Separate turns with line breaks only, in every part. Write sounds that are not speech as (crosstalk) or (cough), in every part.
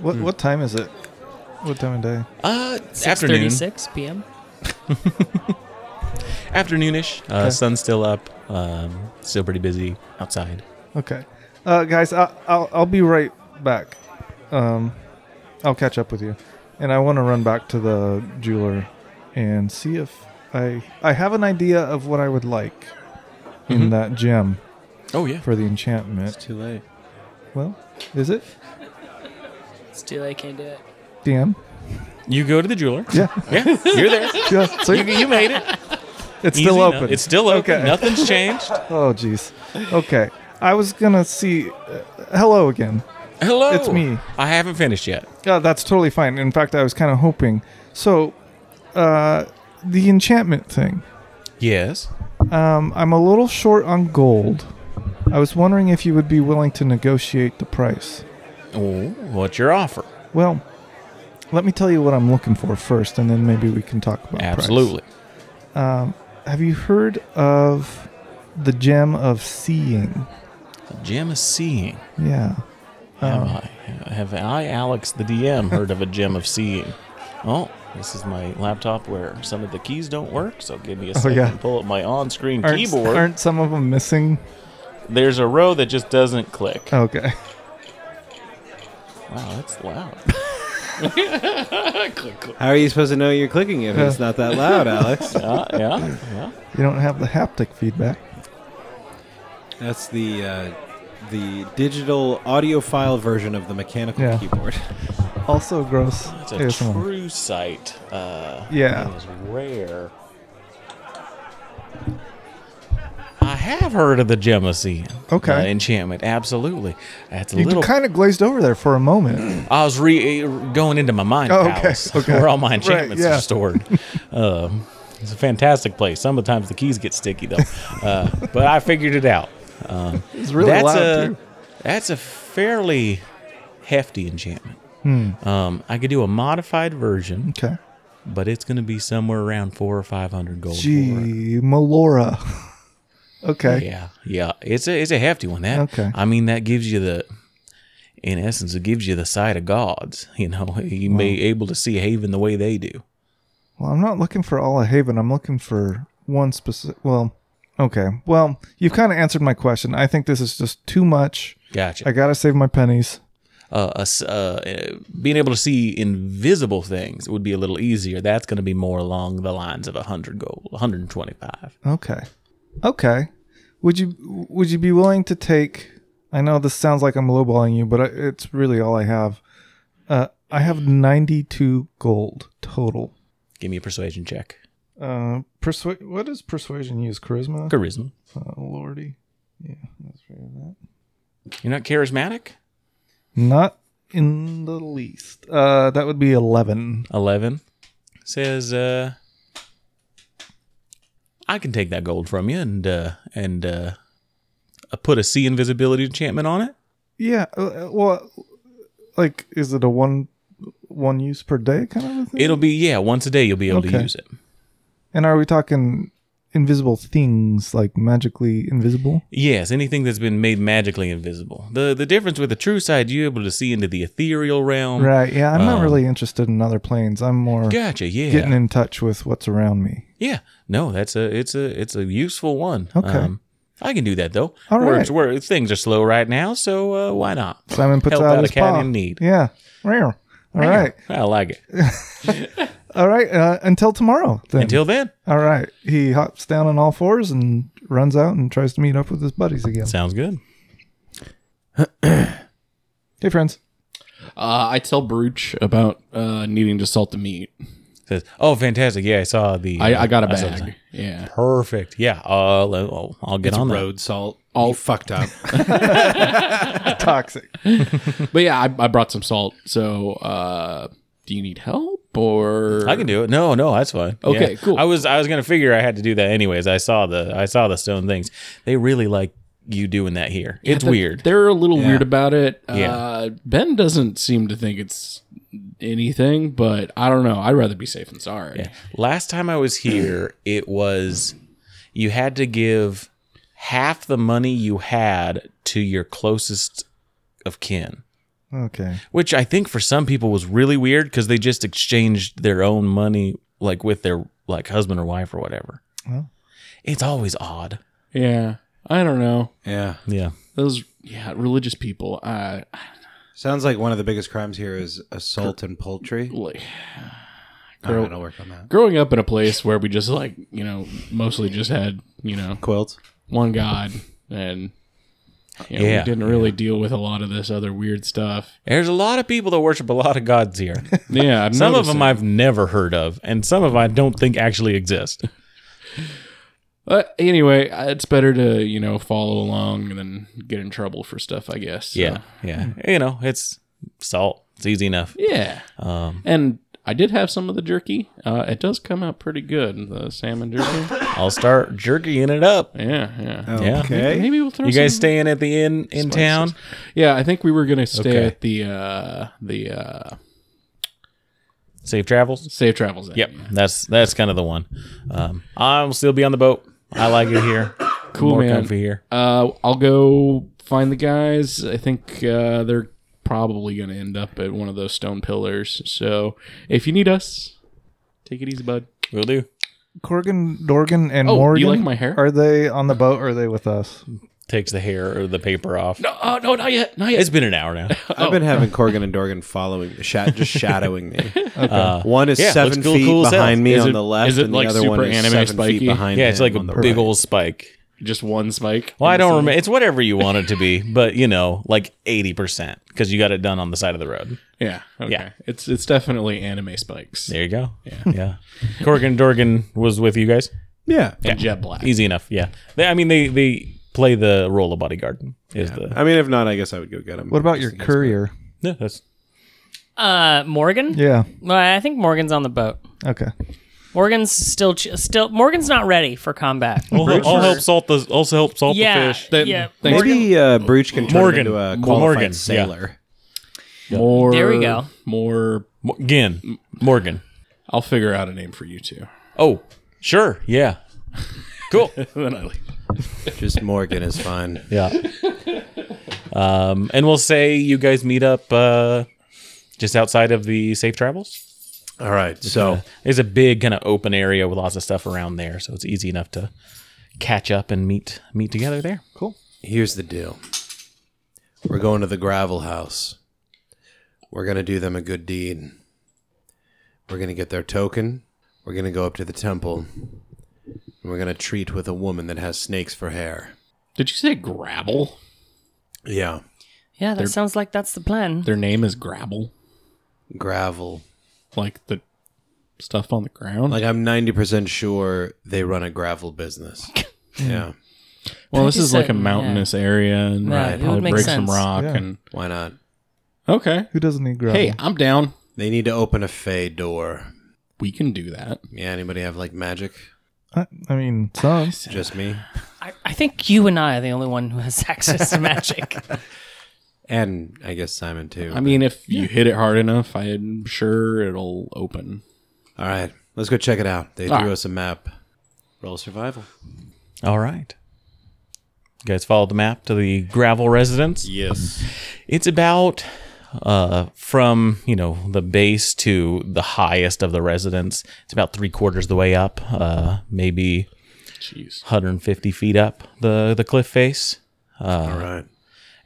What what time is it? Hmm. What time of day?
Uh, it's afternoon,
6:36 p.m.
afternoonish. Uh,
Okay.
Sun's still up. Um, still pretty busy outside.
Okay, uh, guys, I, I'll I'll be right back. Um, I'll catch up with you, and I want to run back to the jeweler and see if I I have an idea of what I would like in
Mhm.
that gem
Oh yeah.
for the enchantment.
too late.
Well, is it
It's too late. Can't do it.
DM?
You go to the jeweler.
Yeah,
Yeah, (laughs) you're there.
(laughs) yeah. See,
You, you made it.
it's
Easy
still
enough.
open.
It's still open.
Okay.
(laughs) Nothing's changed.
oh, jeez. Okay, I was gonna see. Uh, hello again.
Hello.
It's me.
I haven't finished yet.
Yeah, that's totally fine. In fact, I was kind of hoping. So, uh, the enchantment thing.
Yes.
Um, I'm a little short on gold. I was wondering if you would be willing to negotiate the price.
Oh, what's your offer?
Well, let me tell you what I'm looking for first, and then maybe we can talk about price.
Absolutely.
Um, have you heard of the gem of seeing?
A gem of seeing.
Yeah.
Have I? Have I, Alex, the DM, heard of a gem of seeing? Oh, this is my laptop where some of the keys don't work. So give me a second.
yeah.
Pull up my on-screen
Aren't,
keyboard.
aren't some of them missing?
There's a row that just doesn't click.
Okay. (laughs)
Wow, that's loud.
How are you supposed to know you're clicking if it's not that
(laughs)
loud, Alex?
yeah, Uh, yeah, yeah.
You don't have the haptic feedback.
That's the uh, the digital audiophile version of the mechanical
Yeah.
keyboard.
Also gross.
It's a
ASMR.
true sight. Uh,
Yeah.
It is rare. I have heard of the Gemasine.
Okay.
Uh, enchantment, absolutely. That's a
You
little.
kind of glazed over there for a
(clears throat)
moment.
I was re- uh, going into my mind
Oh, okay,
palace, (laughs)
okay.
where all my enchantments
yeah. (laughs)
are stored. um, it's a fantastic place. Sometimes the keys get sticky though, uh, but I figured it out. Um,
It's really
that's
loud,
a
too.
that's a fairly hefty enchantment.
Hmm.
Um, I could do a modified version,
Okay.
but it's going to be somewhere around four or five hundred gold. for it.
Gee, Melora. (laughs) okay.
yeah, yeah, it's a it's a hefty one. That
Okay.
I mean, that gives you the, in essence, it gives you the sight of gods. (laughs) You know, you may be able to see Haven the way they do.
Well, I'm not looking for all of Haven. I'm looking for one specific. Well, okay. Well, you've kind of answered my question. I think this is just too much.
Gotcha.
I gotta save my pennies.
uh, us- uh, uh, being able to see invisible things would be a little easier. That's going to be more along the lines of 100 gold, 125.
Okay. Okay. Would you Would you be willing to take? I know this sounds like I'm lowballing you, but I- it's really all I have. Uh, I have 92 gold total.
Give me a persuasion check.
Uh, persuade. What does persuasion use? Charisma.
Charisma.
Oh, lordy. Yeah, that's fair. That.
You're not charismatic?
Not in the least. Uh, that would be 11.
11 says, uh, I can take that gold from you and, uh, and, uh, uh, put a sea invisibility enchantment on it.
Yeah, uh, well, like, is it a one one use per day kind of a thing?
It'll be, yeah, once a day you'll be able to
Okay.
use it.
and are we talking invisible things, like magically invisible?
Yes, anything that's been made magically invisible. The the difference with the true side, you're able to see into the ethereal realm.
Right, yeah, I'm not
um,
really interested in other planes. I'm more
Gotcha, yeah.
getting in touch with what's around me.
Yeah, no, that's a it's a it's a useful one. Um,
Okay.
I can do that though.
All
We're-
right.
we're- things are slow right now, so uh, why not?
Simon puts
Help
out,
out
his
a cat
paw.
in need.
Yeah. Rare. All right.
I like it.
All right. Uh, until tomorrow. Then.
Until then,
All right. He hops down on all fours and runs out and tries to meet up with his buddies again.
sounds good.
Hey, friends.
Uh, I tell Brooch about uh, needing to salt the meat.
says, "Oh, fantastic! Yeah, I saw the.
I, I got a
saw the
bag.
sign.
Yeah.
Perfect. Yeah. Uh, le- oh, I'll get
It's
on
road salt.
All-
All
(laughs)
fucked up.
Toxic.
But yeah, I, I brought some salt. So uh, do you need help or
that. I can do it. No, no, that's fine.
Okay,
Yeah.
cool.
I was I was gonna figure I had to do that anyways. I saw the I saw the stone things. They really like you doing that here.
Yeah,
it's
they're-
weird.
They're a little
Yeah.
weird about it.
Yeah.
Uh, ben doesn't seem to think it's anything, but I don't know. I'd rather be safe than sorry.
Yeah. Last time I was here, it was you had to give half the money you had to your closest of kin,
Okay.
which I think for some people was really weird because they just exchanged their own money like with their like husband or wife or whatever.
Well.
It's always odd.
Yeah. I don't know.
yeah.
Yeah.
Those yeah, religious people. Uh,
Sounds like one of the biggest crimes here is assault and poultry.
like (sighs)
All right, I'll work on that.
growing up in a place where we just like you know mostly just had you know
Quilt.
one god and you know,
Yeah.
we didn't really deal with a lot of this other weird stuff.
There's a lot of people that worship a lot of gods (laughs) here.
Yeah, I've
Some of
noticed
them
it.
I've never heard of, and some of 'em I don't think actually exist.
But anyway, it's better to you know follow along than get in trouble for stuff. I guess.
(laughs)
so.
Yeah. Yeah. You know, it's salt. It's easy enough.
Yeah.
Um,
And I did have some of the jerky. Uh, it does come out pretty good, the salmon
(laughs)
jerky.
I'll start jerkying it up.
yeah, yeah.
Yeah.
Okay.
Maybe we'll throw.
You guys
some
staying at the inn in
spices.
town?
Yeah, I think we were gonna stay
Okay.
at the uh, the uh,
Safe travels.
Safe Travels. Inn.
Yep, that's that's kind of the one. Um, I'll still be on the boat. I like it here.
Cool,
More
man.
comfy here.
Uh, I'll go find the guys. I think uh, they're probably gonna end up at one of those stone pillars. So if you need us, take it easy, bud.
Will do.
Corgan, Dorgan, and
Oh,
Morgan.
you like my hair?
Are they on the boat or are they with us?
Takes the hair or the paper off.
No, uh, no, not yet, not yet.
It's (laughs) been an hour now.
I've been having Corgan and Dorgan following, sha- just
(laughs)
shadowing me.
Uh,
One is
Yeah, looks
seven
cool-
feet
cool as hell.
behind me
Is
on
it-
the left,
is it
and
like
the other
super
one is
anime
seven
spiky?
feet behind.
yeah, it's
him
like a
on the
big
right.
old spike.
Just one spike.
Well, I don't
So-
remember. It's whatever you want it to (laughs) be, but you know, like eighty percent because you got it done on the side of the road.
Yeah. Okay.
Yeah.
It's it's definitely anime spikes.
There you go. Yeah, (laughs) yeah. Corgan Dorgan was with you guys.
Yeah.
And jet black.
Easy enough. Yeah. They, I mean, they they play the role of bodyguard. Is the
I mean, if not, I guess I would go get him.
What about your
Just in case.
courier?
no? That's
Uh, Morgan.
Yeah.
Well, I think Morgan's on the boat.
Okay.
Morgan's still ch- still. Morgan's not ready for combat.
I'll, I'll help salt the also help salt
yeah,
the fish.
Then-
yeah.
thanks.
Maybe uh, Breach can turn
Morgan.
into a
Morgan,
qualified
Morgan,
sailor.
More.
There we go.
More.
Mo- Again, Morgan.
I'll figure out a name for you two.
Oh, sure, (laughs) yeah, cool,
then I leave.
Just Morgan is fine. (laughs)
yeah. Um, and we'll say you guys meet up uh, just outside of the safe travels.
All right. So
There's a big kind of open area with lots of stuff around there, so it's easy enough to catch up and meet meet together there. Cool.
here's the deal we're going to the gravel house. We're going to do them a good deed. We're going to get their token. We're going to go up to the temple. And we're going to treat with a woman that has snakes for hair.
Did you say Grabble?
Yeah.
Yeah, that sounds like that's the plan.
Their name is Grabble,
Gravel.
like the stuff on the ground.
Like, I'm 90% sure they run a gravel (laughs) business. yeah.
well, this
Pretty
is like a
certain, yeah.
mountainous area, and
Right, it
right,
would
probably
make
break
sense.
some rock.
Yeah.
And
Why not?
okay,
Who doesn't need gravel?
hey, I'm down.
They need to open a fey door.
We can do that.
Yeah, anybody have like magic?
I, I mean, some.
Just me.
I, I think you and I are the only one who has (laughs) access
(laughs)
to magic.
And I guess Simon too.
I mean, if you hit it hard enough, I'm sure it'll open.
All right, let's go check it out. They
All
drew
right.
us a map. Roll survival.
All right. You guys followed the map to the gravel residence.
Yes.
It's about uh, from you know the base to the highest of the residence. It's about three quarters of the way up, uh, maybe
Jeez.
150 feet up the the cliff face.
All right.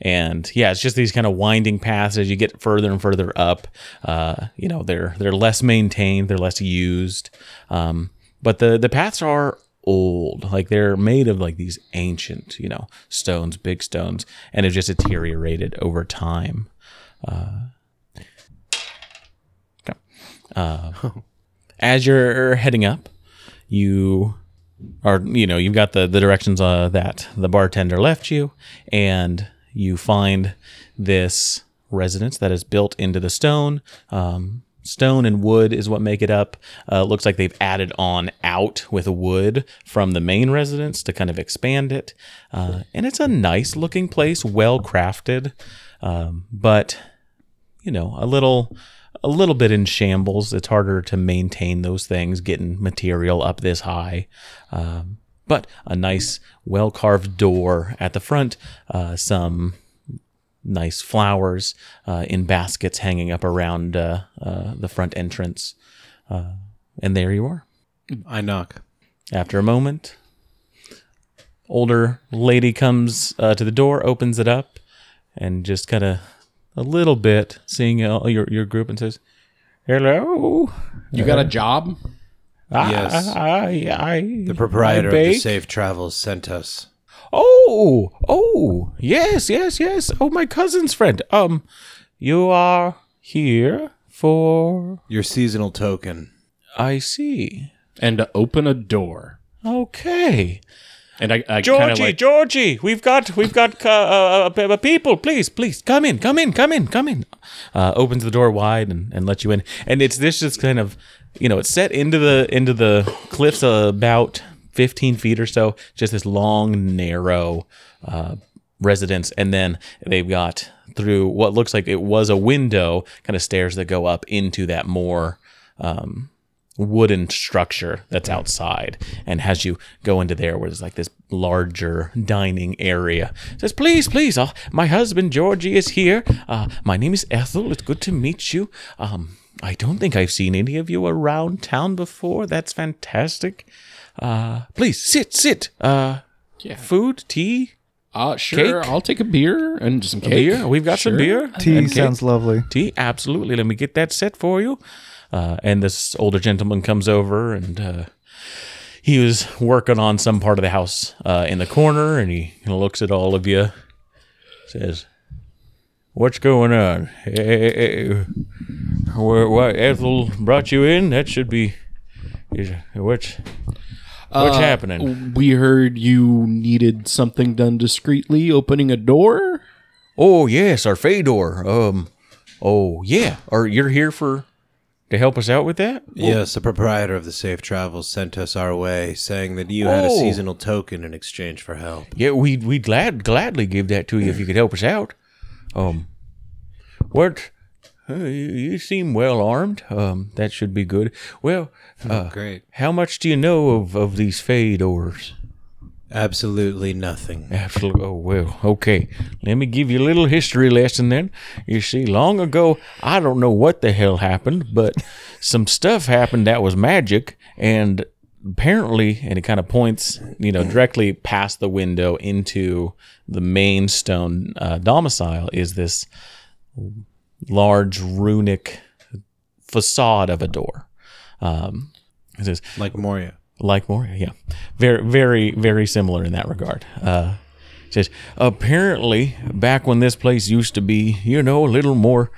And yeah, it's just these kind of winding paths as you get further and further up. Uh, you know, they're they're less maintained, they're less used. Um, but the the paths are old, like they're made of like these ancient, you know, stones, big stones, and have just deteriorated over time. (laughs) Uh, okay. Uh, as you're heading up, you are you know you've got the the directions uh, that the bartender left you, and you find this residence that is built into the stone. Um, stone and wood is what make it up. Uh, it looks like they've added on out with wood from the main residence to kind of expand it, uh, and it's a nice looking place, well crafted, um, but you know a little a little bit in shambles it's harder to maintain those things getting material up this high um, but a nice well carved door at the front uh, some nice flowers uh, in baskets hanging up around uh, uh, the front entrance uh, and there you are
I knock.
after a moment, older lady comes uh, to the door, opens it up, and just kind of a little bit seeing all your your group and says, "Hello,
You got a job? Ah.
Yes.
(laughs)
I, I, I
The proprietor of the
bake?
Safe Travels sent us.
Oh, oh, yes, yes, yes. Oh, my cousin's friend. Um, you are here for.
Your seasonal token.
I see.
And to open a door.
Okay.
And I, I kind of
Georgie,
like
Georgie, we've got we've got uh, uh, uh, uh, people. Please, please come in, come in, come in, come in. Uh, opens the door wide and, and lets you in. And it's this just kind of you know it's set into the into the cliffs uh, about fifteen feet or so. Just this long narrow uh, residence, and then they've got through what looks like it was a window, kind of stairs that go up into that more wooden structure that's outside and has you go into there where there's like this larger dining area says please please uh, my husband georgie is here uh, my name is ethel it's good to meet you um, i don't think i've seen any of you around town before that's fantastic uh, please sit sit uh,
Yeah.
food tea
uh, sure,
cake?
I'll take a beer and some cake.
beer we've got some
Sure.
beer
Tea
and cake.
sounds lovely.
Tea, absolutely. Let me get that set for you. Uh, and this older gentleman comes over, and uh, he was working on some part of the house uh, in the corner, and he kinda looks at all of you, says, "What's going on? Eh, eh, eh, eh, why- why Ethel brought you in? That should be is, what's what's happening?
We heard you needed something done discreetly, opening a door.
Oh yes, our Fedor. Um, oh yeah, are you're here for to help us out with that?
Yes, the proprietor of the Safe Travels sent us our way, saying that you had a
Oh.
seasonal token in exchange for help.
Yeah, we'd we'd glad gladly give that to you if you could help us out. Um, what? uh, you, you seem well armed. Um, that should be good. Well, uh,
Great.
how much do you know of of these Fedors?
Absolutely nothing.
Absolutely. Oh well. Okay. Let me give you a little history lesson then. You see, long ago, I don't know what the hell happened, but (laughs) some stuff happened that was magic, and apparently, and it kind of points, you know, directly past the window into the main stone uh, domicile is this large runic facade of a door. Um, it says,
Like Moria.
like Moria, yeah, very, very, very similar in that regard. Uh, it says apparently back when this place used to be, you know, a little more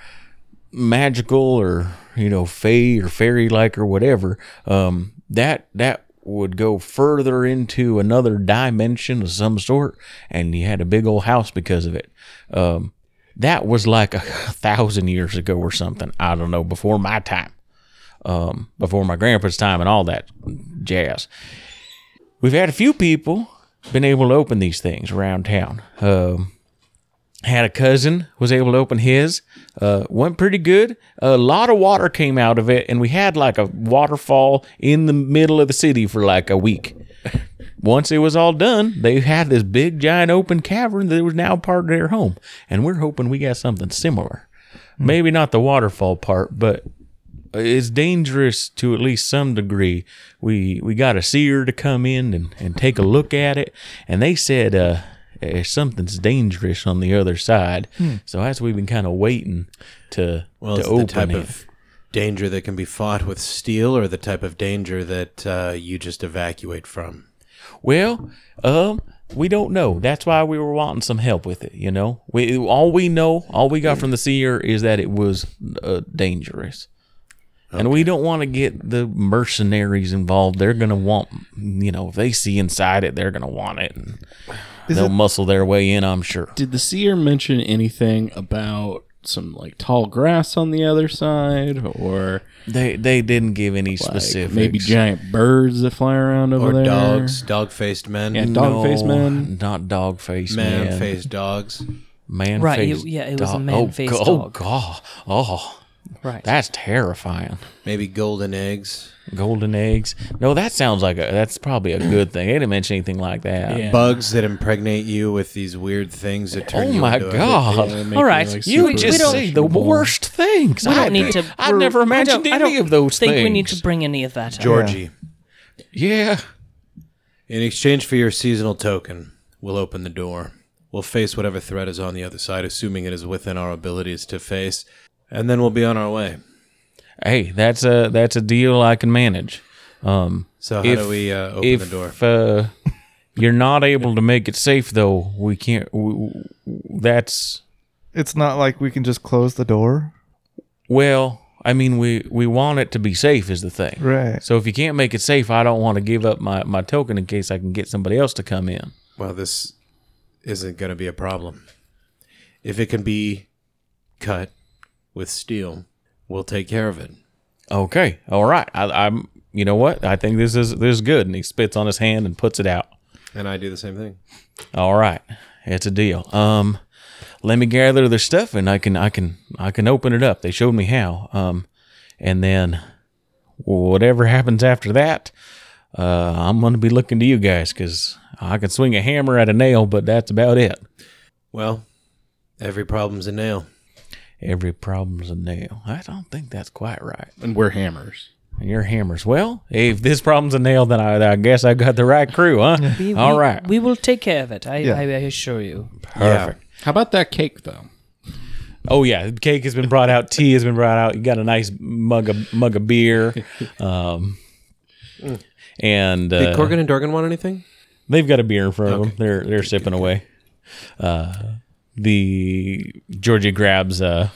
magical or you know, fae or fairy like or whatever, um, that that would go further into another dimension of some sort, and you had a big old house because of it. Um, that was like a thousand years ago or something. I don't know, before my time um, before my grandpa's time and all that jazz. We've had a few people been able to open these things around town. Um, had a cousin was able to open his. Uh, went pretty good. A lot of water came out of it, and we had like a waterfall in the middle of the city for like a week. Once it was all done, they had this big, giant open cavern that was now part of their home, and we're hoping we got something similar.
Hmm.
Maybe not the waterfall part, but it's dangerous to at least some degree. We we got a seer to come in and, and take a look at it, and they said uh, eh, something's dangerous on the other side. So that's we've been kind of waiting to
Hmm. Well,
to
it's
open
the type
it.
of danger that can be fought with steel, or the type of danger that uh, you just evacuate from.
Well, um, we don't know. That's why we were wanting some help with it. You know, we all we know, all we got from the seer is that it was uh, dangerous. And we don't want to get the mercenaries involved. They're going to want, you know, if they see inside it, they're going to want it. And they'll muscle their way in, I'm sure.
Did the seer mention anything about some like tall grass on the other side, or
They they didn't give any
like,
specifics.
maybe giant birds that fly around over
Or
there?
dogs, dog faced men,
Yeah, dog face man.
Not dog face man.
man faced dogs.
Man
Right,
face.
you- yeah, it was a
dog.
man-faced
oh, go-
dog.
Oh, God. Oh,
Right.
that's terrifying.
Maybe golden eggs.
Golden eggs. No, that sounds like a. That's probably a good thing. They didn't mention anything like that.
Yeah.
Bugs that impregnate you with these weird things that turn
Oh
you
my
into a-
God!
They make
All right,
You
We- we
just
don't-
see the worst things.
We don't
I,
need to.
I
we're-
never
I don't-
imagined
I
any
don't
of those
think
things.
we need to bring any of that up.
Georgie.
Yeah.
In exchange for your seasonal token, we'll open the door. We'll face whatever threat is on the other side, assuming it is within our abilities to face, and then we'll be on our way.
Hey, that's a that's a deal I can manage. Um,
So how
If-
do we uh, open
if
the door?
Uh, you're not able to make it safe, though, we can't. w w- that's
It's not like we can just close the door.
well. I mean, we we want it to be safe is the thing.
Right.
So if you can't make it safe, I don't want to give up my, my token in case I can get somebody else to come in.
Well, this isn't going to be a problem. If it can be cut with steel, we'll take care of it.
Okay, all right. I, I'm. You know what? I think this is this is good. And he spits on his hand and puts it out.
And I do the same thing.
All right, it's a deal. Um, let me gather their stuff, and I can, I can, I can open it up. They showed me how. Um, and then whatever happens after that, uh, I'm gonna be looking to you guys because I can swing a hammer at a nail, but that's about it.
Well, every problem's a nail.
Every problem's a nail. I don't think that's quite right.
And we're hammers.
And your hammers. Well, if this problem's a nail, then I, I guess I got the right crew, huh?
We-
All
we-
right.
We will take care of it. I,
Yeah.
I, I assure you.
Perfect.
How about that cake though?
Oh yeah, cake has been brought out. Tea has been brought out. You got a nice mug of mug of beer, um, and
Did
uh,
Corgan and Dorgan want anything?
they've got a beer in front of them. They're they're sipping away. Uh, the Georgie grabs a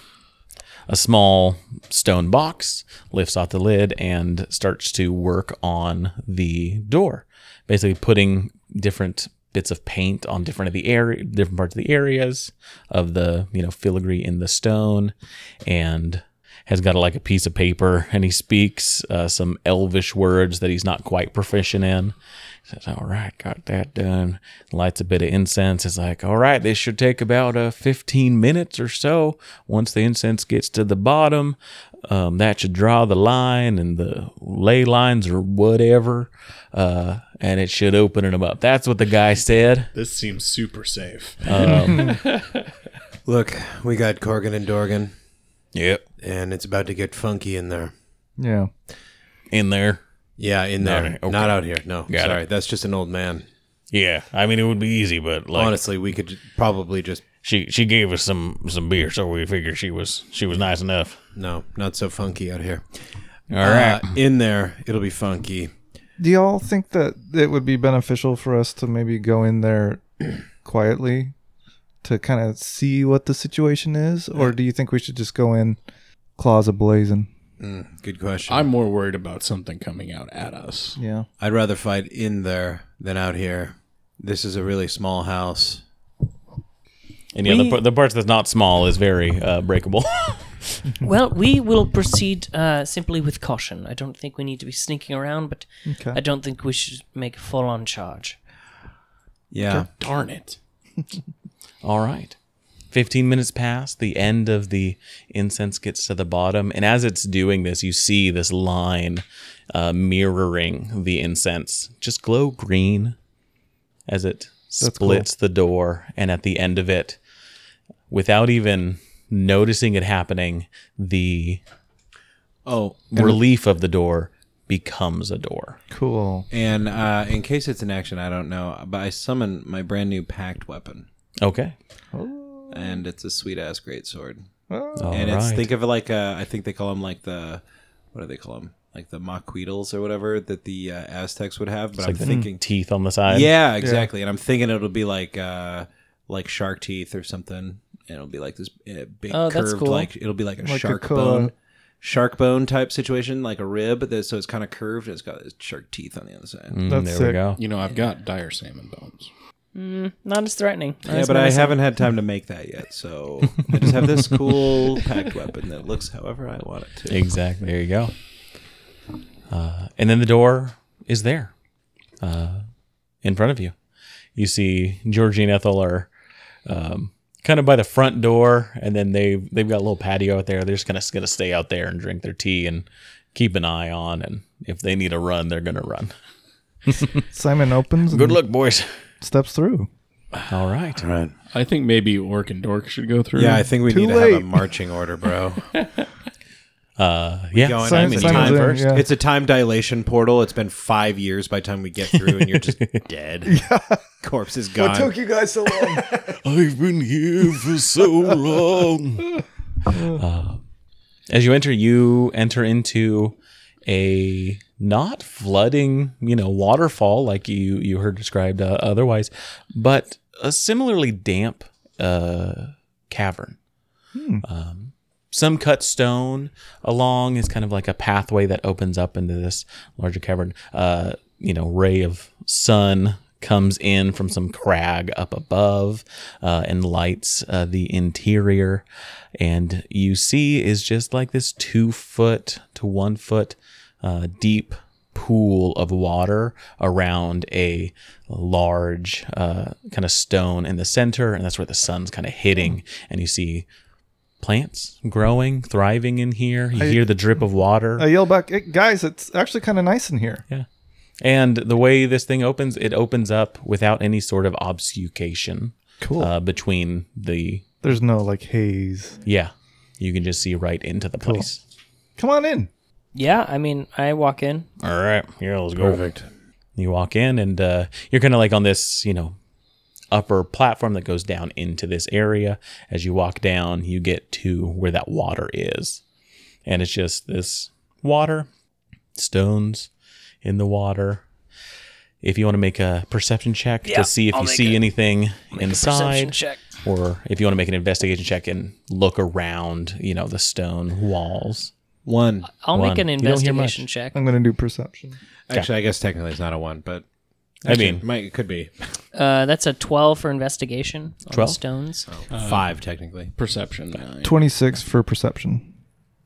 a small stone box, lifts off the lid, and starts to work on the door, basically putting different bits of paint on different of the area, different parts of the areas of the you know filigree in the stone, and has got like a piece of paper and he speaks uh, some elvish words that he's not quite proficient in. He says, "All right, got that done." Lights a bit of incense. It's like, "All right, this should take about uh, 15 minutes or so. Once the incense gets to the bottom, um, that should draw the line and the ley lines or whatever, uh, and it should open them up." That's what the guy said.
This seems super safe.
Look, we got Corgan and Dorgan,
Yep,
and it's about to get funky in there.
Yeah.
in there.
Yeah, in there.
right, okay.
Not out here. No.
Got
sorry. That's just an old man.
Yeah, I mean it would be easy, but like
Honestly, we could probably just
she she gave us some some beer, so we figured she was she was nice enough.
no, not so funky out here.
All right.
Uh, in there, it'll be funky.
Do y'all think that it would be beneficial for us to maybe go in there quietly to kind of see what the situation is, or do you think we should just go in claws ablazing?
Good question.
I'm more worried about something coming out at us.
Yeah.
I'd rather fight in there than out here. This is a really small house.
And yeah, the, par- the part that's not small is very uh, breakable. (laughs)
Well, we will proceed uh, simply with caution. I don't think we need to be sneaking around, but
Okay.
I don't think we should make a full-on charge.
Yeah.
Darn it.
All right. 15 minutes pass, the end of the incense gets to the bottom. And as it's doing this, you see this line uh, mirroring the incense just glow green as it
cool.
splits the door. And at the end of it, without even noticing it happening, the
Oh,
relief of the door becomes a door.
Cool.
and uh, in case it's an action, I don't know, but I summon my brand new packed weapon,
Okay.
and it's a sweet ass great sword.
All
and it's
right.
think of it like uh, I think they call them like the what do they call them like the maquitals or whatever that the uh, Aztecs would have. But I'm thinking,
teeth on the side.
yeah, exactly. And I'm thinking it'll be like uh, like shark teeth or something. And it'll be like this uh, big
Oh, that's
curved
cool.
like it'll be like a
Like a
shark
claw.
bone, shark bone type situation, like a rib. that- So it's kind of curved. and It's got shark teeth on the other side.
Mm,
That's
there we
sick.
go.
You know, I've got dire salmon bones.
Not as threatening. Not
yeah,
as
but I
menacing.
haven't had time to make that yet. So (laughs) I just have this cool packed weapon that looks however I want it to.
Exactly. There you go. Uh, and then the door is there, uh, in front of you. You see Georgie and Ethel are um, kind of by the front door, and then they they've got a little patio out there. They're just kind of gonna stay out there and drink their tea and keep an eye on. And if they need a run, they're gonna run.
Simon opens.
Good
and
luck, boys.
Steps through.
All right.
All right.
I think maybe Orc and Dork should go through.
Yeah, I think we
Too
need to have
late.
a marching order, (laughs) bro.
Uh, yeah.
Going
Simon-
in
Simon's
time
in,
first.
yeah.
It's a time dilation portal. It's been five years by the time we get through, and you're (laughs) just dead. Corpse is gone.
you guys so long?
I've been here for so long. (laughs) Uh, as you enter, you enter into a not flooding, you know, waterfall like you you heard described uh, otherwise, but a similarly damp uh, cavern. Um, some cut stone along is kind of like a pathway that opens up into this larger cavern. Uh, you know, ray of sun comes in from some crag up above uh, and lights uh, the interior. And you see is just like this two foot to one foot uh, deep pool of water around a large uh, kind of stone in the center. And that's where the sun's kind of hitting. And you see plants growing, thriving in here. You hear the drip of water.
(laughs) I yell back, "Hey, guys, it's actually kind of nice in here.
Yeah. And the way this thing opens, it opens up without any sort of obfuscation.
Cool.
Uh, between the
There's no like haze.
yeah, you can just see right into the place.
Come on in.
Yeah, I mean, I walk in.
All right, yeah, let's go. Perfect. You walk in, and uh, you're kind of like on this, you know, upper platform that goes down into this area. As you walk down, you get to where that water is, and it's just this water, stones in the water. If you want to make a perception check
Yeah,
to see if
I'll
you
make
see
a-
anything
Perception
inside,
check.
or if you want to make an investigation check and look around, you know, the stone walls.
One.
I'll
One.
make an
You don't hear
investigation check.
I'm gonna do perception.
Actually, I guess technically it's not a one, but
I mean-
it might, it could be
Uh, that's a 12 for investigation on
12?
stones.
Oh. uh,
five technically.
Perception nine.
Twenty six for perception.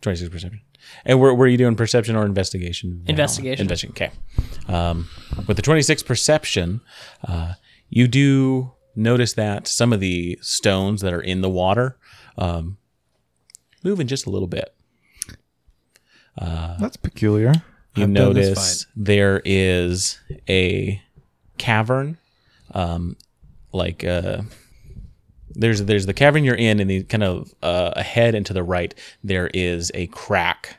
Twenty-six perception. And were, were you doing perception or investigation? Val?
Investigation.
Investigation. Okay. Um, with the twenty-six perception, uh, you do notice that some of the stones that are in the water um, moving just a little bit.
That's peculiar.
you
I've done this
notice there is a cavern um like uh there's there's the cavern you're in and the kind of uh, ahead and to the right there is a crack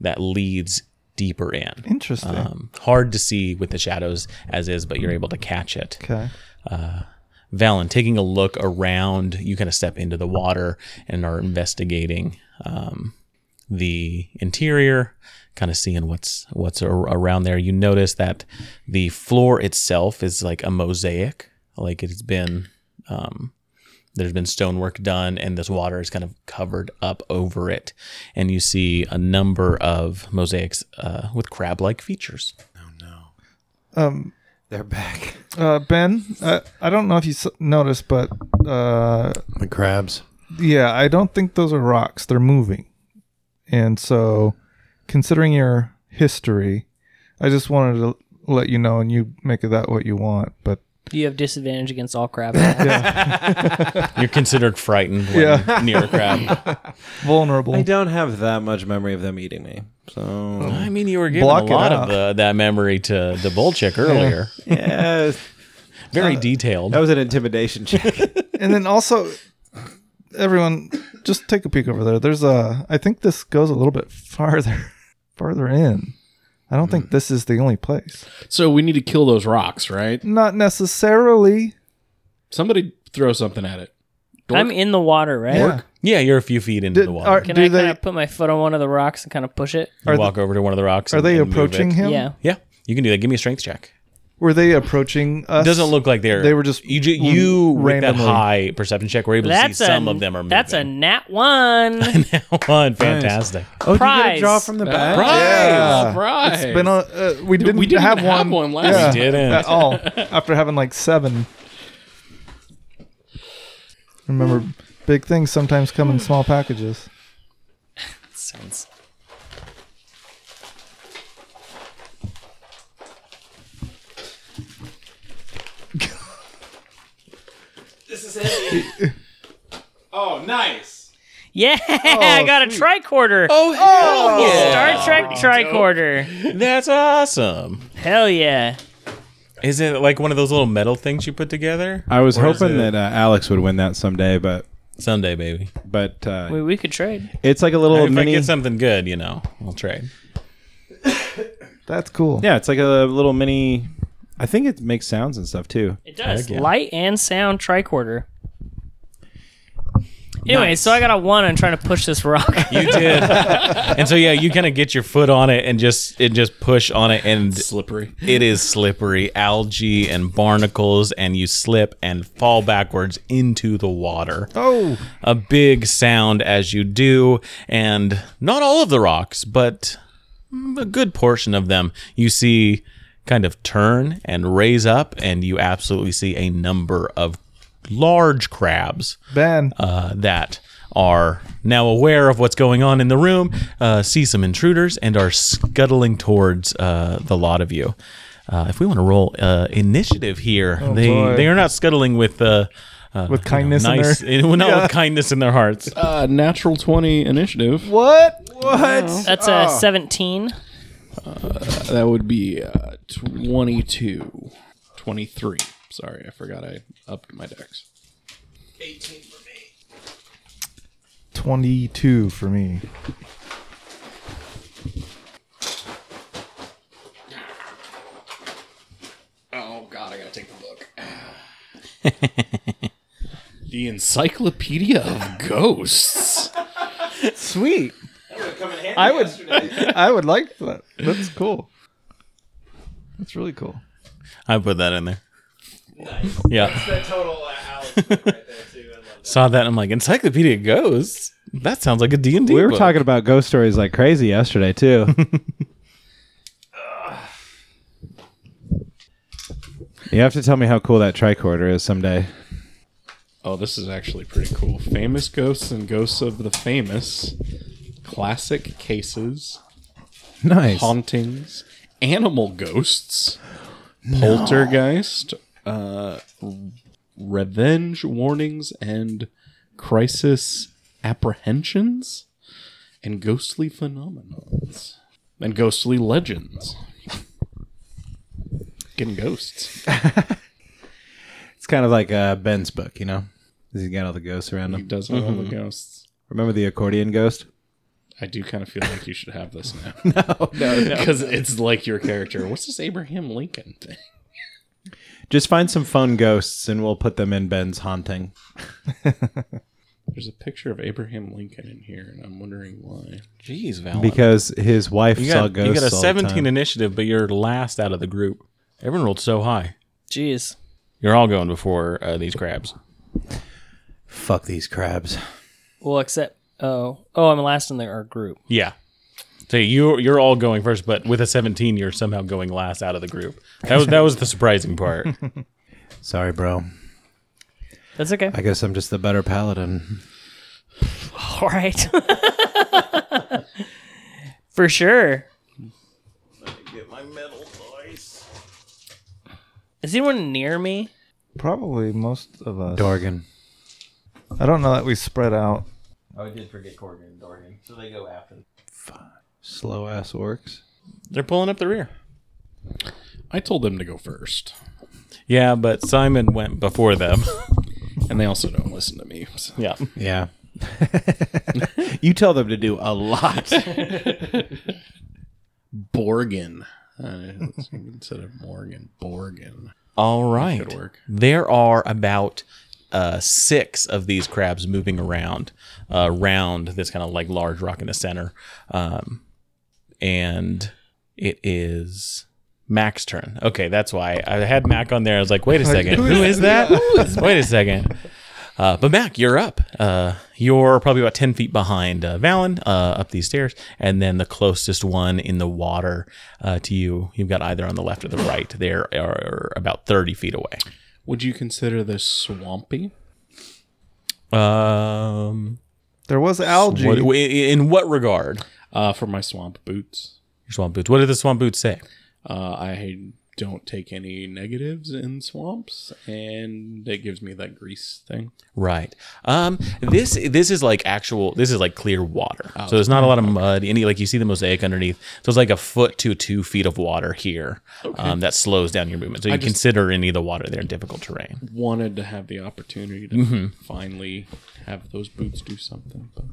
that leads deeper in
Interesting.
um, hard to see with the shadows as is but you're able to catch it
okay.
Valen, taking a look around, you kind of step into the water and are investigating um, the interior, kind of seeing what's what's ar- around there. You notice that the floor itself is like a mosaic, like it's been um, there's been stonework done, and this water is kind of covered up over it, and you see a number of mosaics uh, with crab-like features.
Um,
They're back.
uh, Ben, uh, I don't know if you s- noticed, but uh,
The crabs.
yeah, I don't think those are rocks. They're moving, and so considering your history, I just wanted to let you know, and you make of that what you want. But
You have disadvantage against all crab.
You're considered frightened when
Yeah.
near a crab.
vulnerable.
I don't have that much memory of them eating me. So
Oh.
I mean, you were giving
Block
a
it
lot of
out.
the, that memory to the
(laughs)
Bolchik earlier.
yeah,
Very
Uh,
detailed.
that was
(laughs)
an intimidation check.
and then also everyone just take a peek over there there's a i think this goes a little bit farther (laughs) farther in i don't
Hmm.
think this is the only place
So we need to kill those rocks, right?
not necessarily
Somebody throw something at it.
I'm in the water, right?
Yeah.
yeah, you're a few feet into
Did-
the water.
are-
Can
Do
I
they-
kind of put my foot on one of the rocks and kind of push it?
you
are
walk over to one of the rocks.
are
and-
they
and move
approaching
it.
him
Yeah.
Yeah, you can do that. Give me a strength check.
Were they approaching us?
Doesn't look like they're.
They were just
you. Ju- you with that
randomly-
high perception check were able to
That's
see some
a,
of them are moving. (laughs)
That's a nat one.
one. Fantastic.
Oh, did you get a
Prize.
draw from the
Uh,
back?
Yeah.
Surprise!
It's been a, uh, we didn't,
we didn't
have,
even have
one
one last
yeah,
time.
We didn't.
at all after having like seven. Remember, big things sometimes come in small packages.
Sounds. (laughs)
Oh, nice.
Yeah, (laughs) I got a tricorder. Oh, hell Star Trek tricorder.
That's awesome.
Hell yeah.
Is it like one of those little metal things you put together?
I was
Or is
hoping
it-
that uh, Alex would win that someday, but
someday, baby.
but uh,
We, we could trade.
it's like a little
if I
mini.
get something good, you know, I'll trade.
That's cool.
yeah, it's like a little mini. I think it makes sounds and stuff too.
It does.
Heck yeah.
Light and sound tricorder. Anyway, so I got a one on trying to push this rock.
You did. and so yeah, you kind of get your foot on it and just and just push on it and
Slippery.
it is slippery, algae and barnacles and you slip and fall backwards into the water.
Oh,
A big sound as you do and not all of the rocks, but a good portion of them you see kind of turn and raise up and you absolutely see a number of large crabs
Ben.
uh, that are now aware of what's going on in the room, uh, see some intruders, and are scuttling towards uh, the lot of you. Uh, if we want to roll uh, initiative here, they
boy.
they are not scuttling with uh, uh,
With kindness in
nice,
their-
not with kindness in their hearts.
Uh, natural twenty initiative.
what? What?
(laughs) That's a 17.
That would be uh, 22. 23. Sorry, I forgot I upped my decks.
Twenty-two for me.
Oh, God, I gotta take the book. the Encyclopedia of Ghosts.
Sweet. (laughs) I would. I would like that. That's cool. That's really cool.
I put that in there. Yeah. (laughs) Saw that and I'm like, Encyclopedia Ghosts? That sounds like a D&D
We were
book.
talking about ghost stories like crazy
(laughs)
yesterday too. you have to tell me how cool that tricorder is someday.
Oh, this is actually pretty cool. Famous Ghosts and Ghosts of the Famous. Classic Cases.
Nice.
hauntings, animal ghosts, poltergeist, uh, revenge warnings, and crisis apprehensions, and ghostly phenomenons, and ghostly legends. Getting ghosts.
It's kind of like uh, Ben's book, you know. He's got all the ghosts around
He
him.
does have all the ghosts.
Remember the accordion ghost?
I do kind of feel like you should have this now. (laughs) no, no, (laughs) Because it's like your character. What's this Abraham Lincoln thing?
Just find some fun ghosts and we'll put them in Ben's haunting.
There's a picture of Abraham Lincoln in here, and I'm wondering why.
Jeez, Val.
Because his wife
You
saw
got, you
ghosts.
got a
all the time.
17 initiative, but you're last out of the group. Everyone rolled so high.
Jeez.
You're all going before uh, these crabs.
Fuck these crabs.
Well, except. Oh. Oh, I'm last in the, our group.
Yeah. So you you're all going first, but with a 17, you're somehow going last out of the group. That was that was the surprising (laughs) part.
Sorry, bro.
That's okay.
I guess I'm just the better paladin.
All right. (laughs) For sure. Is anyone near me?
Probably most of us.
Dorgan.
I don't know that we spread out.
Oh, I did forget Corgan and Dorgan. So they go after them. Slow ass orcs.
They're pulling up the rear.
I told them to go first.
Yeah, but Simon went before them.
and they also don't listen to me. so-
yeah.
Yeah. (laughs) you tell them to do a (laughs) lot.
Borgin uh, (laughs) instead of Morgan, Borgin.
(laughs) All right.
Could work.
There are about uh, six of these crabs moving around, uh, around this kind of like large rock in the center. Um, and it is Mac's turn. Okay, that's why I had Mac on there. I was like, wait a second, who is that? (laughs) wait a second. Uh, but Mac, you're up. Uh, you're probably about ten feet behind uh, Valen uh, up these stairs, and then the closest one in the water uh, to you. You've got either on the left or the right. They are- are about thirty feet away.
Would you consider this swampy?
Um,
There was algae.
what, w- in what regard?
Uh, for my swamp boots,
Your swamp boots. What did the swamp boots say?
uh, I don't take any negatives in swamps, and it gives me that grease thing.
Right. Um. This this is like actual. This is like clear water.
Oh.
so there's not a lot of mud. Any like you see the mosaic underneath. So it's like a foot to two feet of water here. Um. That slows down your movement. So you
just-
consider any of the water there difficult terrain.
Wanted to have the opportunity to
Mm-hmm.
finally have those boots do something, but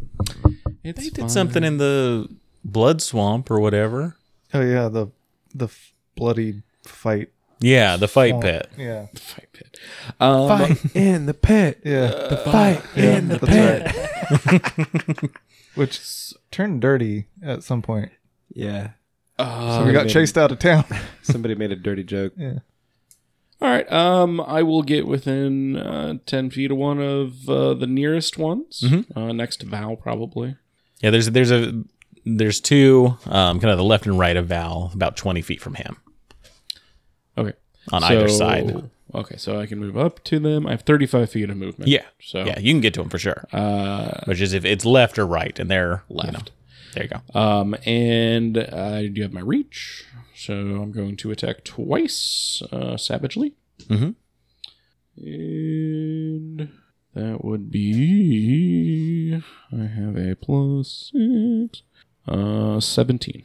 it's
They
fine.
did something in the blood swamp or whatever.
oh yeah, the the f- bloody fight.
Yeah, the fight pit.
Yeah.
Fight pit. Um,
in the pit.
Yeah. the fight in the pit. (laughs) Which s- turned dirty at some point.
Yeah.
So we got chased out of town. (laughs)
Somebody made a dirty joke.
All right. Um, I will get within uh, ten feet of one of uh, the nearest ones.
Mm-hmm.
Uh, next to Val, probably.
Yeah. There's there's a there's two um kind of the left and right of Val about twenty feet from him
Okay.
on either side.
Okay, so I can move up to them. I have thirty-five feet of movement.
Yeah.
So
Yeah, you can get to him for sure.
Uh,
Which is if it's left or right, and they're left. there you go.
um, and I do have my reach, so I'm going to attack twice uh, savagely. Mm-hmm.
Mhm.
And that would be I have a plus six, uh, seventeen.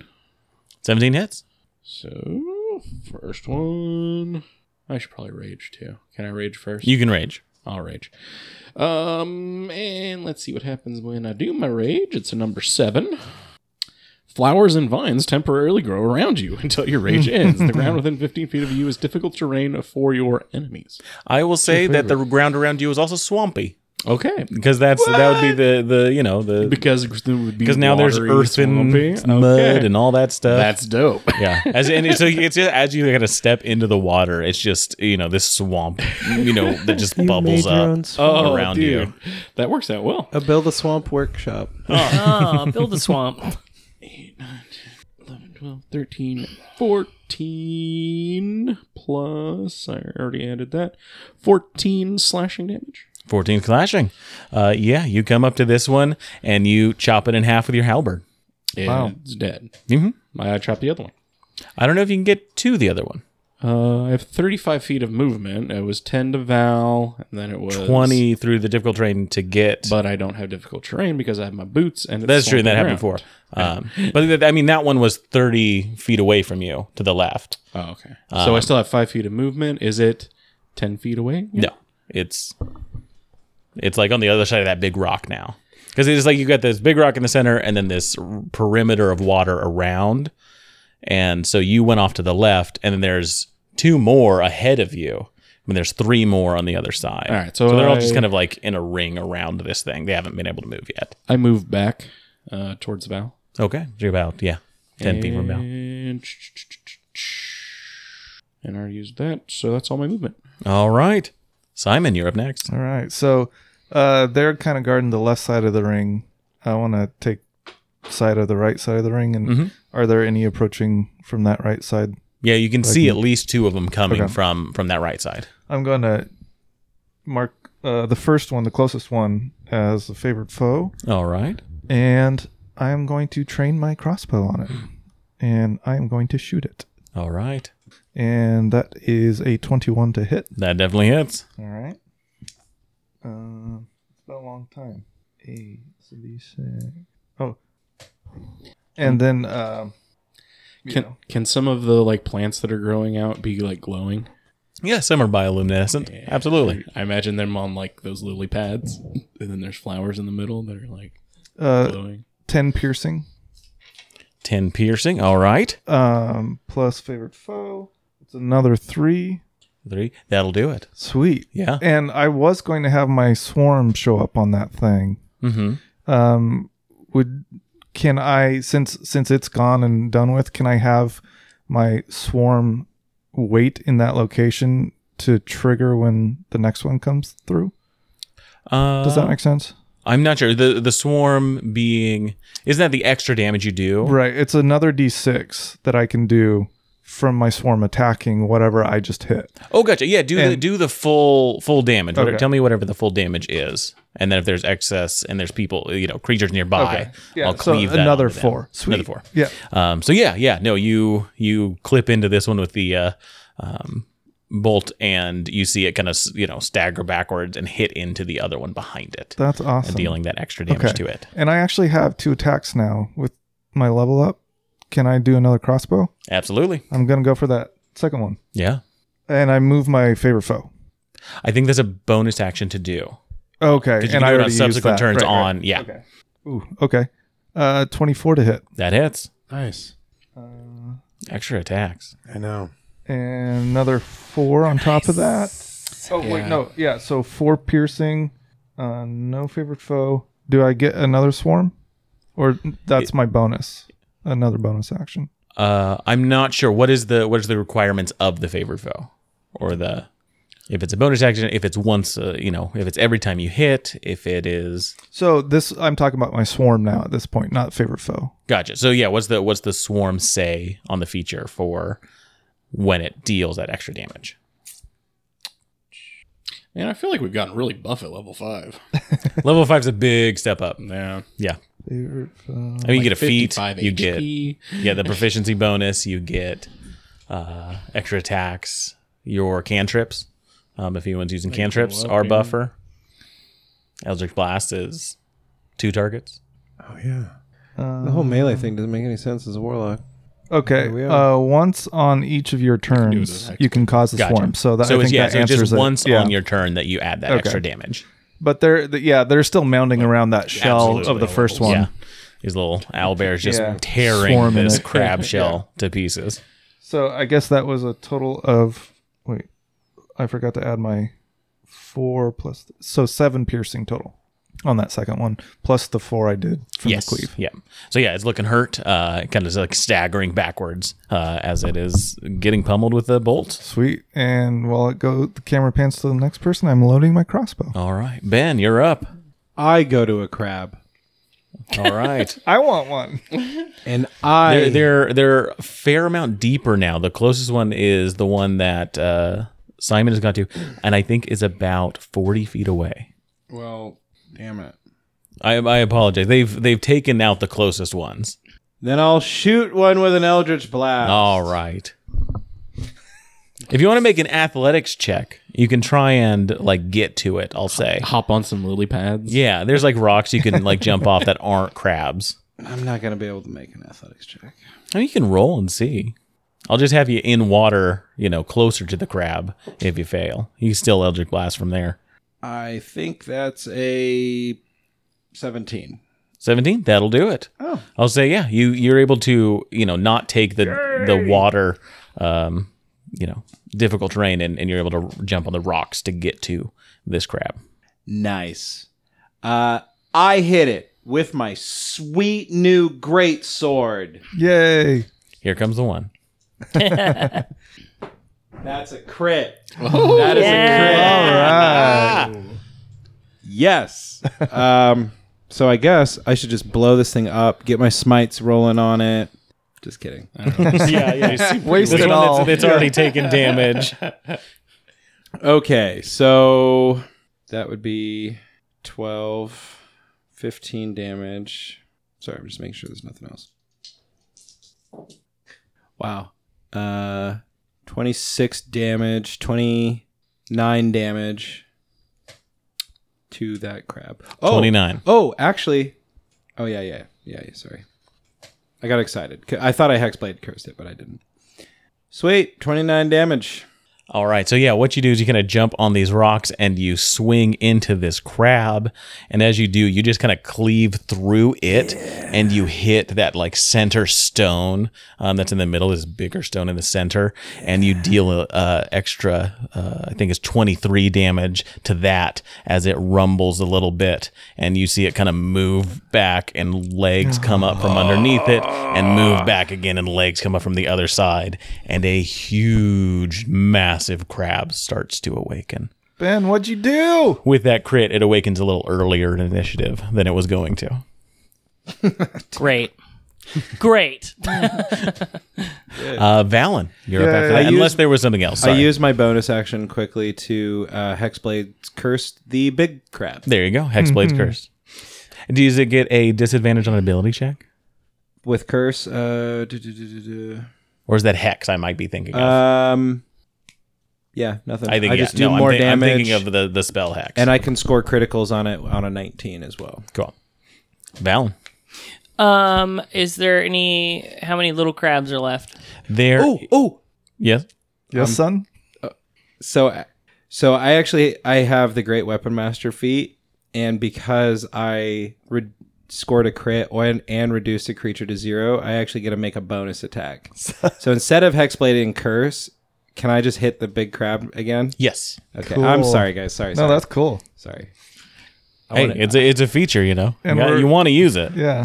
Seventeen hits.
So, first one. I should probably rage too. Can I rage first?
You can rage.
I'll rage. Um, and let's see what happens when I do my rage. It's a number seven. Flowers and vines temporarily grow around you (laughs) until
(laughs)
your rage ends. The ground within 15 feet of you is difficult terrain for your enemies.
I will say that the ground around you is also swampy
Okay.
because that's that would be the the you know the
Because there would be
because now there's
watery,
earth and
swampy.
mud
Okay.
and all that stuff.
that's dope. (laughs)
yeah. As and it's, so it's just, as you kind of step into the water, it's just you know this swamp, you know that
(laughs)
just bubbles up
Oh,
(laughs) around
dude.
you.
That works out well.
A build a swamp workshop.
Ah, build the swamp.
11, 12, 13, 14 plus. I already added that. 14 slashing damage.
14 clashing. Uh, yeah, you come up to this one and you chop it in half with your halberd.
And
Wow.
It's dead.
Mhm.
I chopped the other one.
I don't know if you can get to the other one.
Uh, I have 35 feet of movement. It was 10 to Val, and then it was
20 through the difficult terrain to get.
But I don't have difficult terrain because I have my boots and it's
That's true. That
swamping
happened before.
ground.
Um, (laughs) but th- I mean, that one was 30 feet away from you to the left.
Oh, okay. so I
Um,
still have five feet of movement. Is it 10 feet away?
No, it's it's like on the other side of that big rock now. Because it's like you got this big rock in the center and then this r- perimeter of water around. And so you went off to the left, and then there's two more ahead of you. I mean, there's three more on the other side.
All right, so
they're all
I-
just kind of like in a ring around this thing. They haven't been able to move yet.
I move back uh, towards Val.
Okay. So you're about, yeah, 10 feet from now.
And and I already used that, so that's all my movement.
All right. Simon, you're up next.
All right. So uh, they're kind of guarding the left side of the ring. I want to take side of the right side of the ring. And are there any approaching from that right side?
Yeah, you can see at least two of them coming
Okay.
from from that right side.
I'm going to mark uh, the first one, the closest one, as a favorite foe.
All right.
And I am going to train my crossbow on it. And I am going to shoot it.
All right.
And that is a 21 to hit.
That definitely hits.
All right. Um, it's been a long time. Eight, so these, uh, oh, and then um, you
Can
know,
can some of the like plants that are growing out be like glowing?
Yeah, some are bioluminescent. Absolutely.
I imagine them on like those lily pads, and then there's flowers in the middle that are like
uh,
glowing.
ten piercing,
10 piercing. All right.
um, plus favorite foe. It's another three.
Three. That'll do it.
Sweet.
Yeah.
And I was going to have my swarm show up on that thing.
Mm-hmm.
Um, would can I since since it's gone and done with? Can I have my swarm wait in that location to trigger when the next one comes through?
Uh,
Does that make sense?
I'm not sure. The the swarm being isn't that the extra damage you do?
Right. It's another d6 that I can do from my swarm attacking whatever I just hit.
Oh, gotcha. Yeah, do the
And-
do the full full damage. Whatever-
Okay.
Tell me whatever the full damage is, and then if there's excess and there's people, you know, creatures nearby, I'll cleave that
another
onto them.
four. Sweet.
Another four.
Yeah.
Um, so yeah, yeah, no, you you clip into this one with the uh, um, bolt, and you see it kind of you know stagger backwards and hit into the other one behind it,
That's awesome.
and dealing that extra damage
Okay.
to it.
And I actually have two attacks now with my level up. Can I do another crossbow?
Absolutely,
I'm going to go for that second one.
yeah.
And I move my favorite foe.
I think that's a bonus action to do.
Okay.
Because you
and
can
I
do it
already
on
used
subsequent
that.
turns
Right, right.
on. Yeah,
Okay. Ooh, okay. Uh, 24 to hit.
that hits.
Nice.
Extra attacks.
I know.
And another four on top of that. Oh, wait, no. Yeah, so four piercing, uh, no favorite foe. Do I get another swarm? Or that's my bonus. Another bonus action.
Uh, I'm not sure what is the what is the requirements of the favored foe, or the if it's a bonus action, if it's once, uh, you know, if it's every time you hit, if it is
So this, I'm talking about my swarm now at this point, not favorite foe.
Gotcha. So yeah, what's the what's the swarm say on the feature for when it deals that extra damage?
Man, I feel like we've gotten really buff at level five.
Level five's a big step up.
Yeah.
(laughs) Yeah,
Favorite uh, foe.
I mean you get a feat,
55
you get
HP.
yeah the proficiency bonus, you get uh, extra attacks, your cantrips. Um, if anyone's using
oh,
cantrips, our buffer, Eldritch Blast is two targets.
Oh yeah. the whole melee thing doesn't make any sense as a warlock.
Okay.
we are.
Uh, once on each of your turns, you can cause a swarm. So that I think
it's, yeah,
that
so it's
answers
just
it.
once
Yeah.
on your turn that you add that
Okay.
extra damage.
But they're th- yeah, they're still mounding around that shell
Absolutely.
of the first one.
Yeah. These little owlbears just
Yeah.
tearing
Swarming
this
it.
crab shell to pieces.
So I guess that was a total of wait, I forgot to add my four plus so seven piercing total on that second one plus the four I did from
yes.
the cleave.
Yeah. So yeah, it's looking hurt, uh, kind of like staggering backwards uh, as it is getting pummeled with the bolt.
Sweet. And while it go, the camera pans to the next person. I'm loading my crossbow.
All right, Ben, you're up.
I go to a crab,
All right.
I want one. (laughs)
and I
they're, they're they're a fair amount deeper now. The closest one is the one that uh, Simon has got to, and I think is about forty feet away.
Well, damn it.
I, I apologize. They've they've taken out the closest ones.
then I'll shoot one with an eldritch blast.
All right. If you want to make an athletics check, you can try and like get to it, I'll say.
Hop on some lily pads.
Yeah, there's like rocks you can like jump off that aren't crabs.
I'm not gonna be able to make an athletics check.
I mean, you can roll and see. I'll just have you in water, you know, closer to the crab if you fail. You can still Eldritch Blast from there.
I think that's a seventeen.
17 that'll do it
Oh.
i'll say yeah you you're able to you know not take the the water um you know difficult terrain and, and you're able to jump on the rocks to get to this crab
Nice. Uh, I hit it with my sweet new great sword.
Yay.
here comes the one
That's a crit. that is a crit. Yes. um, so I guess I should just blow this thing up, get my smites rolling on it. Just kidding.
yeah yeah
Waste it all.
it's already taken damage
Okay, so that would be 12, 15 damage. Sorry, I'm just making sure there's nothing else. Wow. Uh 26 damage, 29 damage to that crab. Oh,
29.
Oh, actually. Oh, yeah, yeah, yeah, yeah, sorry. I got excited. I thought I hexblade cursed it, but I didn't. Sweet, 29 damage.
All right. So yeah, what you do is you kind of jump on these rocks and you swing into this crab, and as you do, you just kind of cleave through it, and you hit that like center stone um, that's in the middle. This bigger stone in the center, and you deal uh, extra. Uh, I think it's twenty three damage to that as it rumbles a little bit, and you see it kind of move back, and legs come up from underneath it, and move back again, and legs come up from the other side, and a huge, massive crab starts to awaken.
Ben, what'd you do?
With that crit, it awakens a little earlier in initiative than it was going to.
Great. Great.
Uh, Valen, you're up
Yeah, yeah,
after that.
yeah. I
Unless
used-
there was something else.
I
Sorry.
use my bonus action quickly to uh, Hexblade curse the big crab
there you go.
Mm-hmm.
Hexblade's curse. Does it get a disadvantage on an ability check?
with curse. Uh, duh, duh, duh, duh, duh.
Or is that hex I might be thinking of?
Um, yeah, nothing.
I think
I
yeah.
just do
No, I'm
more
thi-
damage,
I'm thinking of the, the spell hex.
and I can score criticals on it on a 19 as well.
cool. Valen.
um, is there any? How many little crabs are left?
There.
oh,
Yes.
Yes, son.
so so I actually I have the Great Weapon Master feat, and because I re- scored a crit and, and reduced a creature to zero, I actually get to make a bonus attack.
(laughs)
so instead of Hexblade and Curse, can I just hit the big crab again?
Yes.
Okay,
Cool.
I'm sorry, guys. Sorry,
No,
sorry,
Oh, that's cool.
sorry. I
Hey,
wanna-
it's a, it's a feature, you know. You,
And
got-
we're-
you want to use it.
Yeah.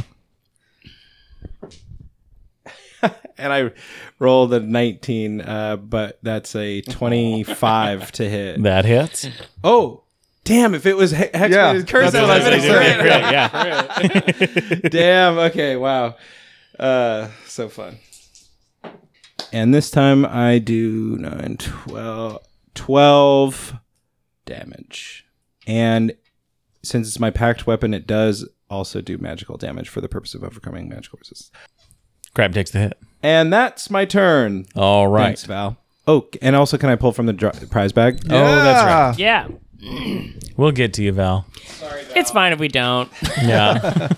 and I rolled a 19, uh, but that's a 25
(laughs)
to hit.
That hits.
Oh, damn! If it was Hex- Hexblade
Yeah.
and Curse,
That's
I
what
was
I
gonna
said.
say.
Great, yeah.
Damn. Okay. Wow. Uh, so fun. And this time I do 9, 12, 12 damage. And since it's my packed weapon, it does also do magical damage for the purpose of overcoming magical resistance.
Crab takes the hit.
And that's my turn.
All right.
Thanks, Val. Oh, and also, can I pull from the dri prize bag?
Oh, that's right.
Ah,
Yeah,
We'll get to you, Val.
it's fine if we don't. (laughs)
(laughs)
Yeah.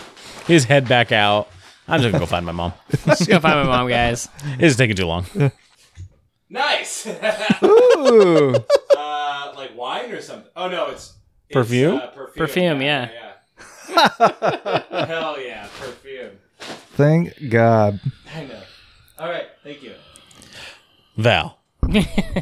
(laughs) His head back out. I'm just gonna go find my mom.
Let's go find my mom, guys.
It's taking too long.
Nice. (laughs)
ooh.
uh, like wine or something. Oh no, it's, it's,
Perfume?
uh, perfume.
Perfume, yeah.
yeah. Hell yeah, perfume.
Ah, Thank God.
I know. All right, thank you. (laughs)
Val,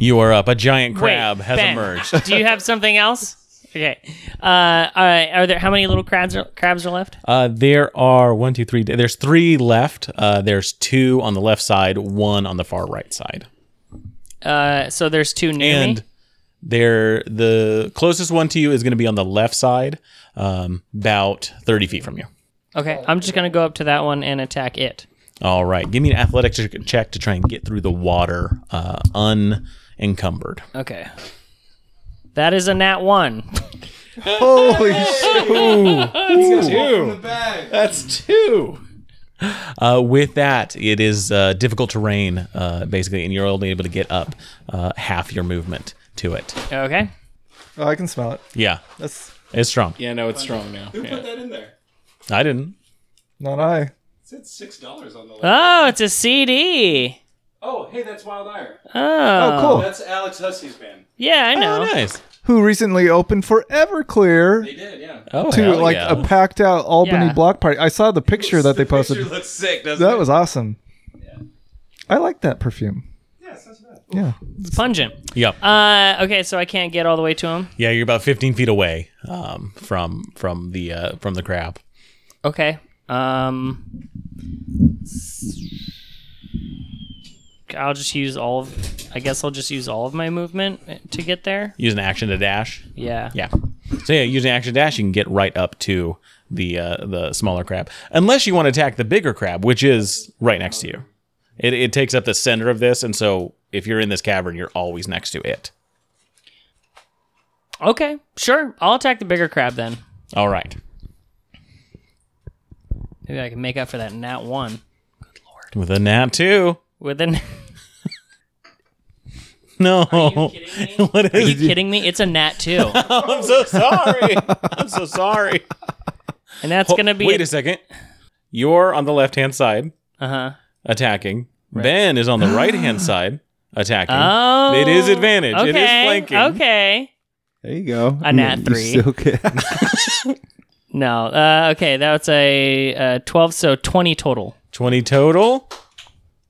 you are up. A giant crab has
ben,
emerged.
Do you have something else? Okay. Uh, all right. Are there how many little crabs are, crabs are left?
Uh, there are one, two, three. There's three left. Uh, there's two on the left side, one on the far right side,
Uh, so there's two near me.
and there the closest one to you is going to be on the left side, um, about thirty feet from you.
Okay, I'm just gonna go up to that one and attack it.
All right, give me an athletics ch- check to try and get through the water uh, unencumbered.
Okay. That is a nat one.
Holy shit.
That's two.
Uh, with that, it is uh, difficult terrain, uh, basically, and you're only able to get up uh, half your movement to it.
Okay.
Oh, I can smell it.
Yeah,
That's
it's strong.
Yeah, no, it's strong now. Yeah.
that in there?
I didn't.
not I.
It said six dollars on the. List.
Oh, it's a CD.
Oh, hey, that's Wild Iron.
Oh,
Oh, cool.
That's Alex Hussey's band.
Yeah, I know.
Oh, nice.
Who recently opened for Everclear
They did, yeah.
Oh,
to
hell
like
yeah.
a packed out Albany
Yeah.
block party. I saw the picture that they posted.
Picture looks sick, doesn't
That
it?
was awesome. I like that perfume.
Yeah, sounds bad.
Yeah.
It's pungent.
Yep.
Uh, okay, so I can't get all the way to him.
yeah, you're about 15 feet away um, from from the uh, from the crab.
Okay. Um, I'll just use all of. I guess I'll just use all of my movement to get there.
Use an action to dash.
Yeah.
Yeah. So yeah, using action dash, you can get right up to the uh, the smaller crab, unless you want to attack the bigger crab, which is right next to you. It, it takes up the center of this, and so if you're in this cavern, you're always next to it.
Okay. Sure. I'll attack the bigger crab then.
All right.
Maybe I can make up for that nat one
With a nat two.
with (laughs) an.
No. (laughs) what
Are
is
you kidding me? It's a nat two,
I'm so
(laughs)
sorry. I'm so sorry.
and that's gonna be
Wait a second. You're on the left hand side
Uh huh. (gasps)
attacking. Ben is on the right hand side attacking.
Oh,
It is advantage.
Okay,
It is flanking.
Okay.
There you go.
A nat
You
three.
still get-
No. Uh, okay, that's a uh, twelve, so twenty total. (laughs)
20 total.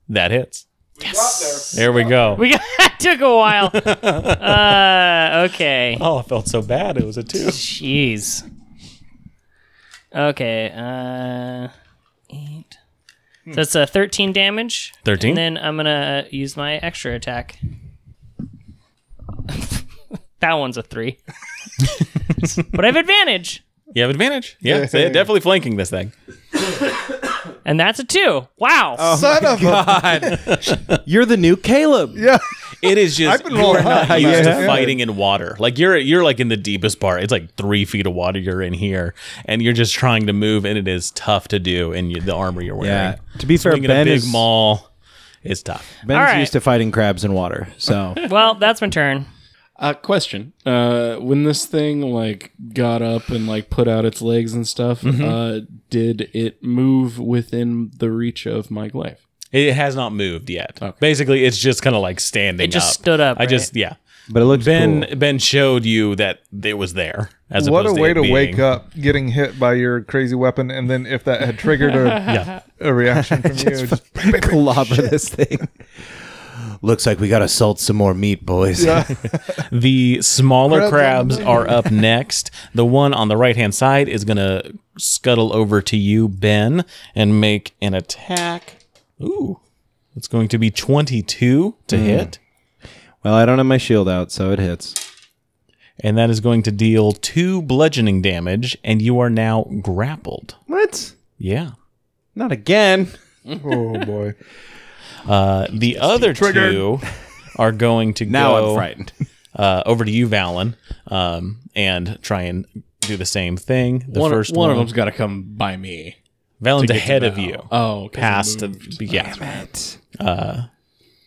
That hits. Yes. There we go.
We got, it took
(laughs)
a while. uh, okay.
Oh, I felt so bad. It was a (laughs) two.
Jeez. Okay. Uh, eight. So that's a thirteen damage.
13?
And then I'm gonna use my extra attack. (laughs) that one's a three. but I have advantage,
You have advantage. Yeah, so definitely flanking this thing.
and that's a two. Wow.
Son of a
You're the new Caleb.
(laughs) yeah.
It (laughs) is just
I've been
you
rolling
are not
high,
used
man.
to fighting in water. Like you're you're like in the deepest part. It's like three feet of water you're in here, and you're just trying to move, and it is tough to do. And you, the armor you're wearing,
Yeah.
To be fair,
swinging a
Ben
big
is
maul, is tough.
Ben's
All right.
used to fighting crabs in water, (laughs) so
Well, that's my turn.
Uh, question: uh, When this thing like got up and like put out its legs and stuff,
Mm-hmm.
uh, did it move within the reach of my glaive?
It has not moved yet. Basically, it's just kind of like standing.
It just
up.
stood up,
I just
right?
yeah.
but it looks
Ben
cool.
Ben showed you that it was there. As
What a
opposed
way
it
to
being-
wake up getting hit by your crazy weapon, and then if that had triggered a, a reaction from you, just- (laughs)
(laughs)
clobber this thing. (laughs) Looks like we gotta salt some more meat, boys. (laughs)
The smaller
Crabs
crabs
(laughs)
are up next. The one on the right hand side is going to scuttle over to you, Ben, and make an attack. Ooh, it's going to be 22
Hmm.
to hit.
Well, I don't have my shield out, so it hits.
And that is going to deal two bludgeoning damage, and you are now grappled.
What?
Yeah.
Not again.
oh boy,
Uh, the other two are going
(laughs)
to
Now
go
I'm frightened.
Uh, over to you, Valen, um, and try and do the same thing. The
one
first
one
one,
of them's got to come by me.
Valen's
get to
ahead of
Val.
you.
Oh, 'cause I
past
moved.
of yeah. Uh,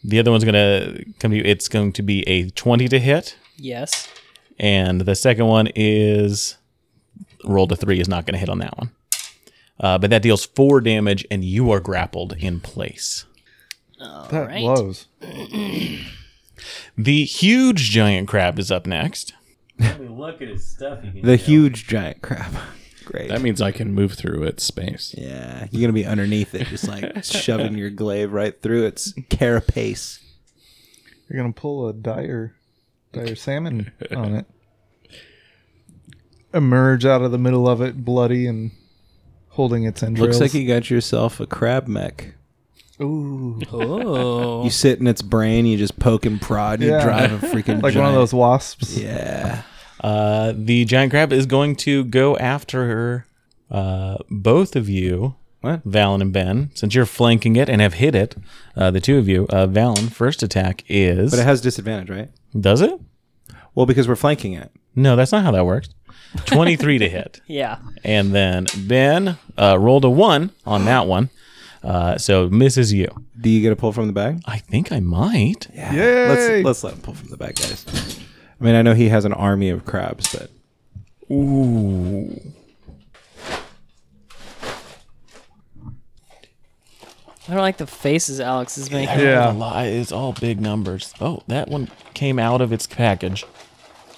the other one's gonna come to you. It's going to be a twenty to hit,
Yes.
and the second one is rolled a three is not gonna hit on that one. Uh, but that deals four damage, and you are grappled in place.
that
right.
blows.
The huge giant crab is up next.
Look at his stuff. He can
(laughs) The huge giant crab. (laughs) Great.
That means I can move through its space.
yeah, you're gonna be underneath it,
(laughs)
just like shoving your glaive right through its carapace.
You're gonna pull a dire, (laughs) dire salmon on it. Emerge out of the middle of it, bloody and holding its entrails.
Looks like you got yourself a crab mech.
Ooh,
Oh.
You sit in its brain, you just poke and prod, you
Yeah.
drive (laughs) a
like
freaking
one of
giant-
those wasps.
Yeah.
Uh, the giant crab is going to go after uh, both of you,
What?
Valen and Ben, since you're flanking it and have hit it. Uh, the two of you, uh, Valen, first attack is
But it has disadvantage, right?
does it?
Well, because we're flanking it.
No, that's not how that works. 23 to hit.
yeah.
And then Ben uh, rolled a one on that one. Uh, so misses you.
Do you get a pull from the bag?
I think I might.
Yeah.
Yay!
Let's let's let him pull from the bag, guys. I mean, I know he has an army of crabs, but
Ooh.
I don't like the faces Alex is making.
Yeah.
There's a lot- It's all big numbers. Oh, that one came out of its package.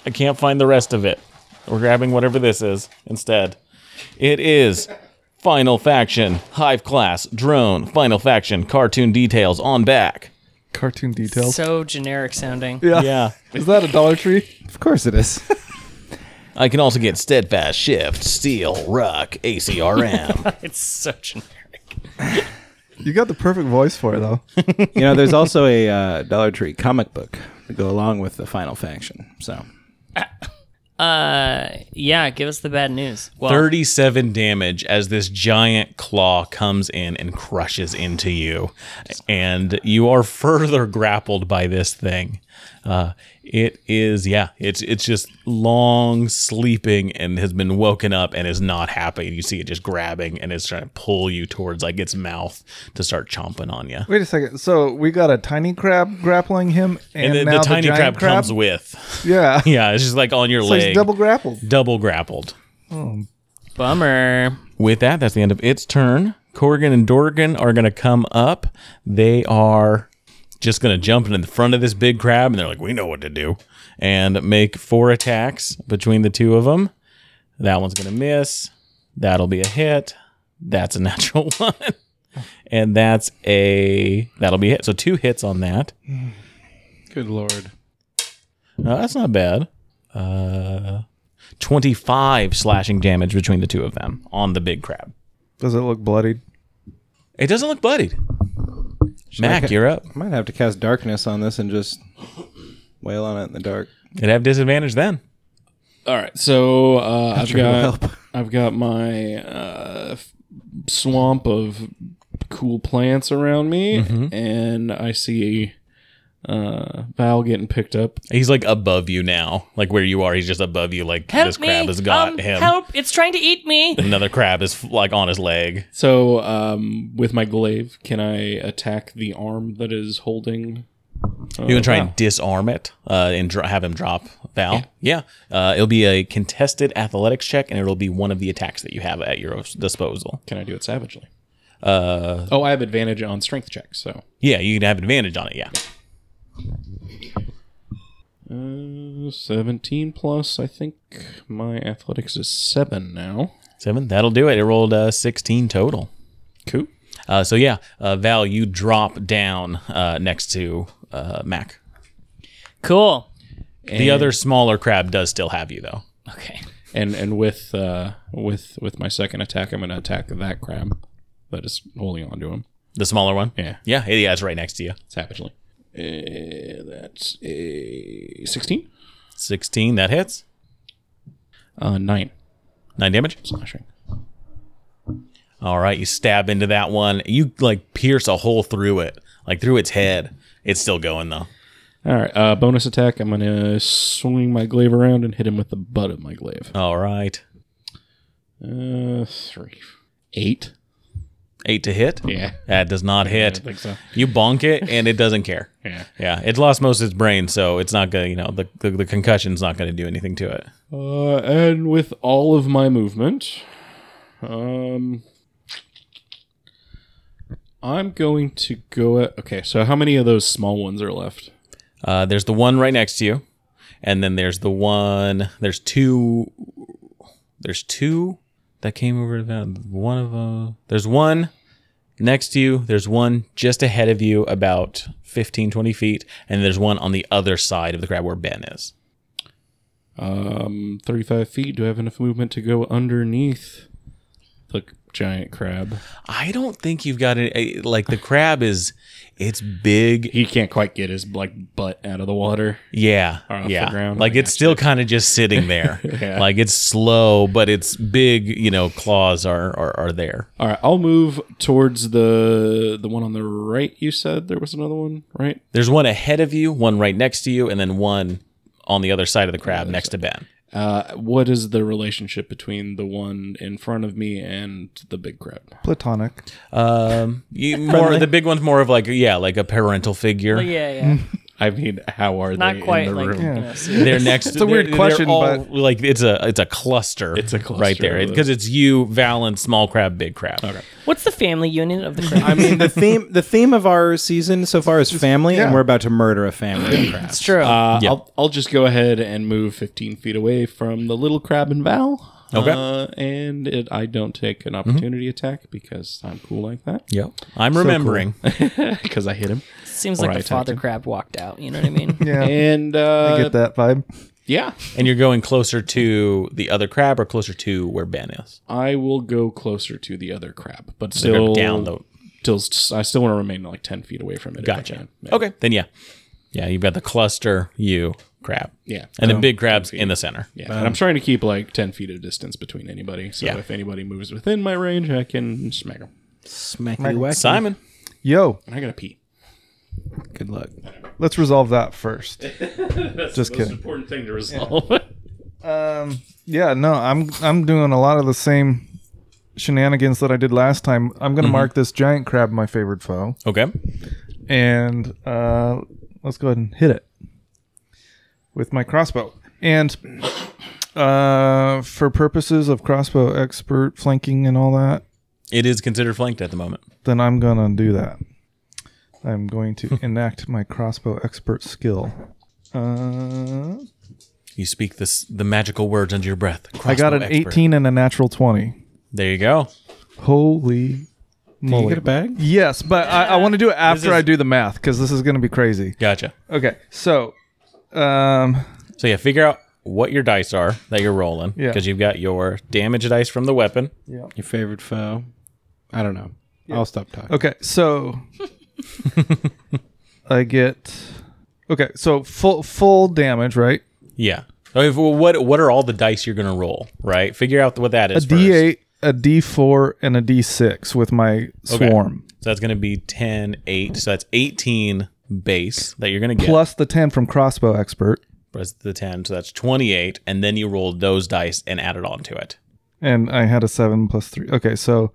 I can't find the rest of it. We're grabbing whatever this is instead. It is Final Faction, Hive Class, Drone, Final Faction, Cartoon Details on back.
Cartoon details.
So generic sounding.
Yeah.
Is that a Dollar Tree?
of course
(laughs)
it is.
I can also get Steadfast Shift, Steel, Rock, ACRM.
It's so generic.
You got the perfect voice for it, though.
you know, there's also a uh, Dollar Tree comic book to go along with the Final Faction. So
Uh, yeah. Give us the bad news. Well,
37 damage as this giant claw comes in and crushes into you. And you are further grappled by this thing. Uh, it is, yeah, it's it's just long sleeping and has been woken up and is not happy. You see it just grabbing and it's trying to pull you towards like its mouth to start chomping on you.
(laughs) Wait a second. So we got a tiny crab grappling him, and,
And, the,
now
the tiny
giant
crab,
crab,
comes with. (laughs)
Yeah.
Yeah, it's just like on your
So
leg.
he's double grappled.
double grappled.
bummer.
With that, that's the end of its turn. Corgan and Dorgan are going to come up. They are just going to jump in the front of this big crab, and they're like, we know what to do, and make four attacks between the two of them. That one's going to miss. That'll be a hit. That's a (laughs) natural one. And that's a that'll be a hit. So two hits on that.
Good lord.
Uh, that's not bad. Uh, twenty-five slashing damage between the two of them on the big crab.
Does it look bloodied?
It doesn't look bloodied. Mac,
ca-
you're up.
I might have to cast darkness on this and just wail on it in the dark.
It'd have disadvantage then.
All right,
(laughs)
so uh, I've
Sure will
got
help.
I've got my uh, f- swamp of cool plants around me,
Mm-hmm.
and I see uh, Val getting picked up.
He's like above you now, like where you are. He's just above you. Like
Help
this
me!
crab has got
um,
him.
Help! It's trying to eat me.
Another crab is like on his leg.
So um, with my glaive, can I attack the arm that is holding? uh,
You can try
Val?
and disarm it uh, and dro- have him drop Val. Yeah, Uh, it'll be a contested athletics check, and it'll be one of the attacks that you have at your disposal.
Can I do it savagely? Uh, oh, I have advantage on strength checks. So
Yeah, you can have advantage on it. Yeah,
uh, seventeen plus. I think my athletics is seven now.
seven. That'll do it. It rolled uh, sixteen total.
Cool.
Uh, so yeah, uh, Val, you drop down uh, next to uh, Mac.
Cool.
The other smaller crab does still have you though.
Okay.
and and with uh with with my second attack i'm gonna attack that crab that is holding on to him
The smaller one.
Yeah.
yeah, it- yeah. It's right next to you.
savagely uh, that's a 16
Sixteen. That hits.
uh 9
Nine damage.
slashing
All right, you stab into that one. You like pierce a hole through it, like through its head. It's still going though.
all right uh bonus attack i'm gonna swing my glaive around and hit him with the butt of my glaive
All right,
uh three eight
eight to hit.
yeah
That does not
i
hit.
think so
You bonk it, and it doesn't care.
yeah
Yeah, it lost most of its brain, so it's not gonna. You know, the the, the concussion's not gonna do anything to it.
uh and with all of my movement um I'm going to go at okay. So how many of those small ones are left?
Uh, there's the one right next to you, and then there's the one. There's two. There's two that came over to that. One of uh, there's one next to you. There's one just ahead of you, about 15, 20 feet, and there's one on the other side of the crab where Ben is.
Um, 35 feet. Do I have enough movement to go underneath the giant crab?
I don't think you've got it. Like the crab is, it's big.
He can't quite get his like butt out of the water.
Yeah,
Off the
yeah.
ground,
Like
I
it's still kind of just sitting there.
(laughs) Yeah.
Like it's slow, but its big, you know, claws are are, are there.
All right, I'll move towards the the one on the right. You said there was another one, right?
There's one ahead of you, one right next to you, and then one on the other side of the crab next to Ben.
Uh, what is the relationship between the one in front of me and the big crab?
Platonic.
Um, (laughs) you, more the big one's more of like yeah, like a parental figure.
Well, yeah, yeah.
I mean, how are
Not
they
quite
in the
like.
room?
You
Yeah.
know, see-
They're next.
It's a weird
they're- they're
question,
all-
but-
like it's a it's a cluster. It's
a cluster
right there
of
because it's you, Valen, small crab, big crab.
What's the family unit of the crab?
(laughs) I mean, the theme the theme of our season so far is family, and
yeah.
we're about to murder a family. of crabs.
it's true.
Uh,
Yeah.
I'll, I'll just go ahead and move 15 feet away from the little crab and Val.
Okay.
Uh, and it, I don't take an opportunity attack because I'm cool like that.
Yep. I'm (laughs) remembering.
Because I hit him.
Seems
or
like
I
the
attacked
father
him.
crab walked out. You know what I mean?
Yeah,
(laughs) And
I
uh,
get that vibe.
yeah,
and you're going closer to the other crab or closer to where Ben is.
I will go closer to the other crab, but
They're
still
down though.
Till s- I still want to remain like 10 feet away from it. if I
Gotcha.
can. Yeah.
Okay. Then yeah, yeah. You've got the cluster, you crab,
Yeah.
and the big crab's in the center.
Yeah, and
Um,
I'm trying to keep like 10 feet of distance between anybody. So
Yeah.
if anybody moves within my range, I can smack them.
Smacky wacky.
Simon.
Yo,
And I got to pee.
Good luck.
let's resolve that first. Just kidding.
Important thing to resolve.
Um, yeah, no, I'm I'm doing a lot of the same shenanigans that I did last time. I'm
Mm-hmm.
gonna mark this giant crab my favorite foe,
Okay.
and uh, let's go ahead and hit it with my crossbow. And uh, for purposes of crossbow expert flanking and all that,
It is considered flanked at the moment.
then I'm gonna do that. I'm going
(laughs)
to enact my crossbow expert skill. Uh,
You speak this the magical words under your breath.
I got
Crossbow
an
expert.
18 and a natural 20.
There you go.
Holy moly.
You get a bag?
Yes, but I, I want to do it after
is-
I do the math because this is going to be crazy.
Gotcha.
Okay, so, um,
So yeah, figure out what your dice are that you're rolling
Yeah.
because you've got your damage dice from the weapon.
Your favorite foe? I don't know. I'll stop talking.
okay, so I get okay, so full full damage, right?
Yeah. So if- what what are all the dice you're gonna roll? Right. Figure out what that
A
is.
D
first.
eight, a D four, and a D six with my swarm
So that's gonna be 10, 8. So that's eighteen base that you're gonna get
plus the ten from crossbow expert,
plus the ten. So that's twenty eight, and then you roll those dice and add it on to it.
and I had a seven plus three. Okay, so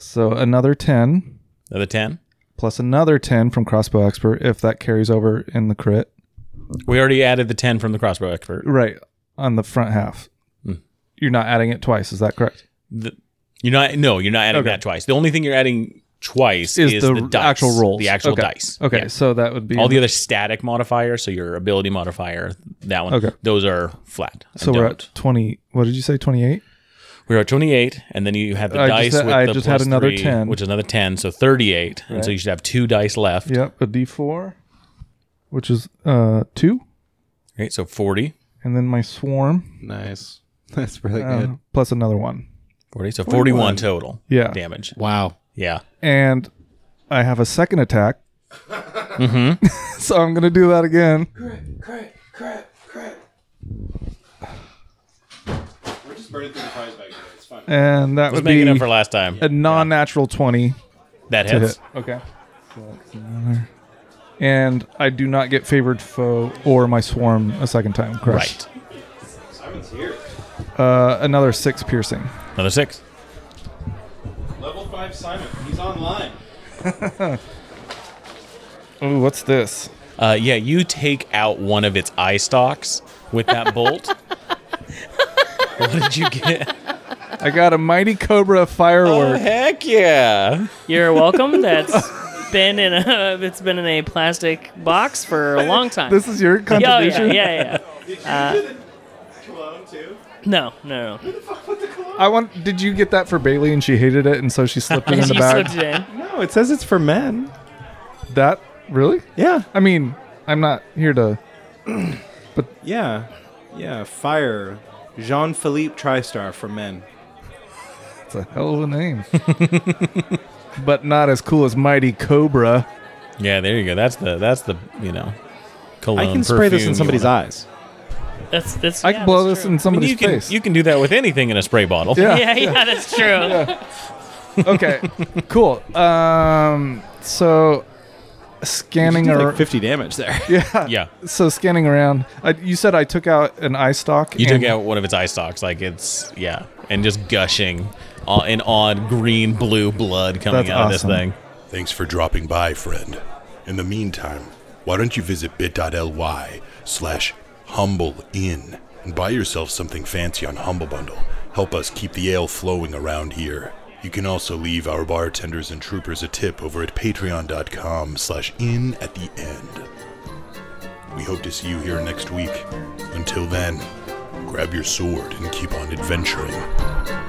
so another ten
Another ten.
plus another ten from crossbow expert if that carries over in the crit.
We already added the ten from the crossbow expert.
Right on the front half.
Hmm.
You're not adding it twice, is that correct?
The, you're not. No, you're not adding that twice. The only thing you're adding twice is, the, dice,
actual rolls,
the actual
okay.
dice.
Okay,
Yeah.
so that would be
All the other static modifiers, so your ability modifier, that one,
Okay.
those are flat.
So we're at twenty. What did you say? Twenty eight.
we're at 28, and then you have the
I
dice
just-
with
I
the
just had
plus
another
three,
10.
which is another 10, so 38. And so you should have two dice left.
Yep, a D four, which is uh two,
Right, so 40.
and then my swarm
Nice.
(laughs) That's really
uh,
good.
plus another one.
40, so 41 total
Yeah,
damage.
Wow.
Yeah.
and I have a second
(laughs)
attack.
Mm-hmm.
(laughs) so I'm gonna do that again.
We're just burning through the prize bag. It's fine.
And that
Let's
would
make
be
it up for last time.
a non-natural twenty
That
to
hits.
hit. (laughs) Okay. So that's another- And I do not get favored foe or my swarm a second time. Correct.
Right.
Uh, another six piercing.
Another six.
Level 5 Simon. He's online.
Oh, what's this?
Uh, yeah, you take out one of its eye stalks with that bolt. What did you get?
I got a mighty cobra
Oh,
firework.
heck yeah.
(laughs) You're welcome. That's been in a (laughs) it's been in a plastic box for a long time.
This is your
Yeah, oh,
contribution.
yeah, yeah, yeah. yeah. Uh, no, no, no.
I want. Did you get that for Bailey and she hated it, and so she
(laughs)
slipped it in the
You
bag?
slipped it in.
No, it says it's for men.
That really?
Yeah.
I mean, I'm not here to.
Yeah. Yeah. Fire. Jean Philippe Tristar for men.
It's a hell of a
(laughs)
name. but not as cool as Mighty Cobra.
Yeah, there you go. That's the that's the you know cologne.
I can spray this
perfume
in
you
somebody's
wanna-
eyes.
That's that's.
I
yeah,
can blow
that's
this in
true.
I mean,
somebody's
you can
face.
you can do that with anything in a spray bottle. (laughs)
yeah.
Yeah, yeah,
(laughs)
that's true.
Okay. cool. Um. So, scanning
You did
or
like 50 damage there.
Yeah.
so scanning around. I, you said I took out an eye stock.
You
and-
took out one of its eye stalks, like it's yeah, and just gushing, uh, an odd green blue blood coming
That's
out of this
awesome.
thing.
Thanks for dropping by, friend. In the meantime, why don't you visit bit.ly slash humble inn and buy yourself something fancy on Humble Bundle. Help us keep the ale flowing around here. You can also leave our bartenders and troopers a tip over at patreon.com slash inn at the end. We hope to see you here next week. Until then, grab your sword and keep on adventuring.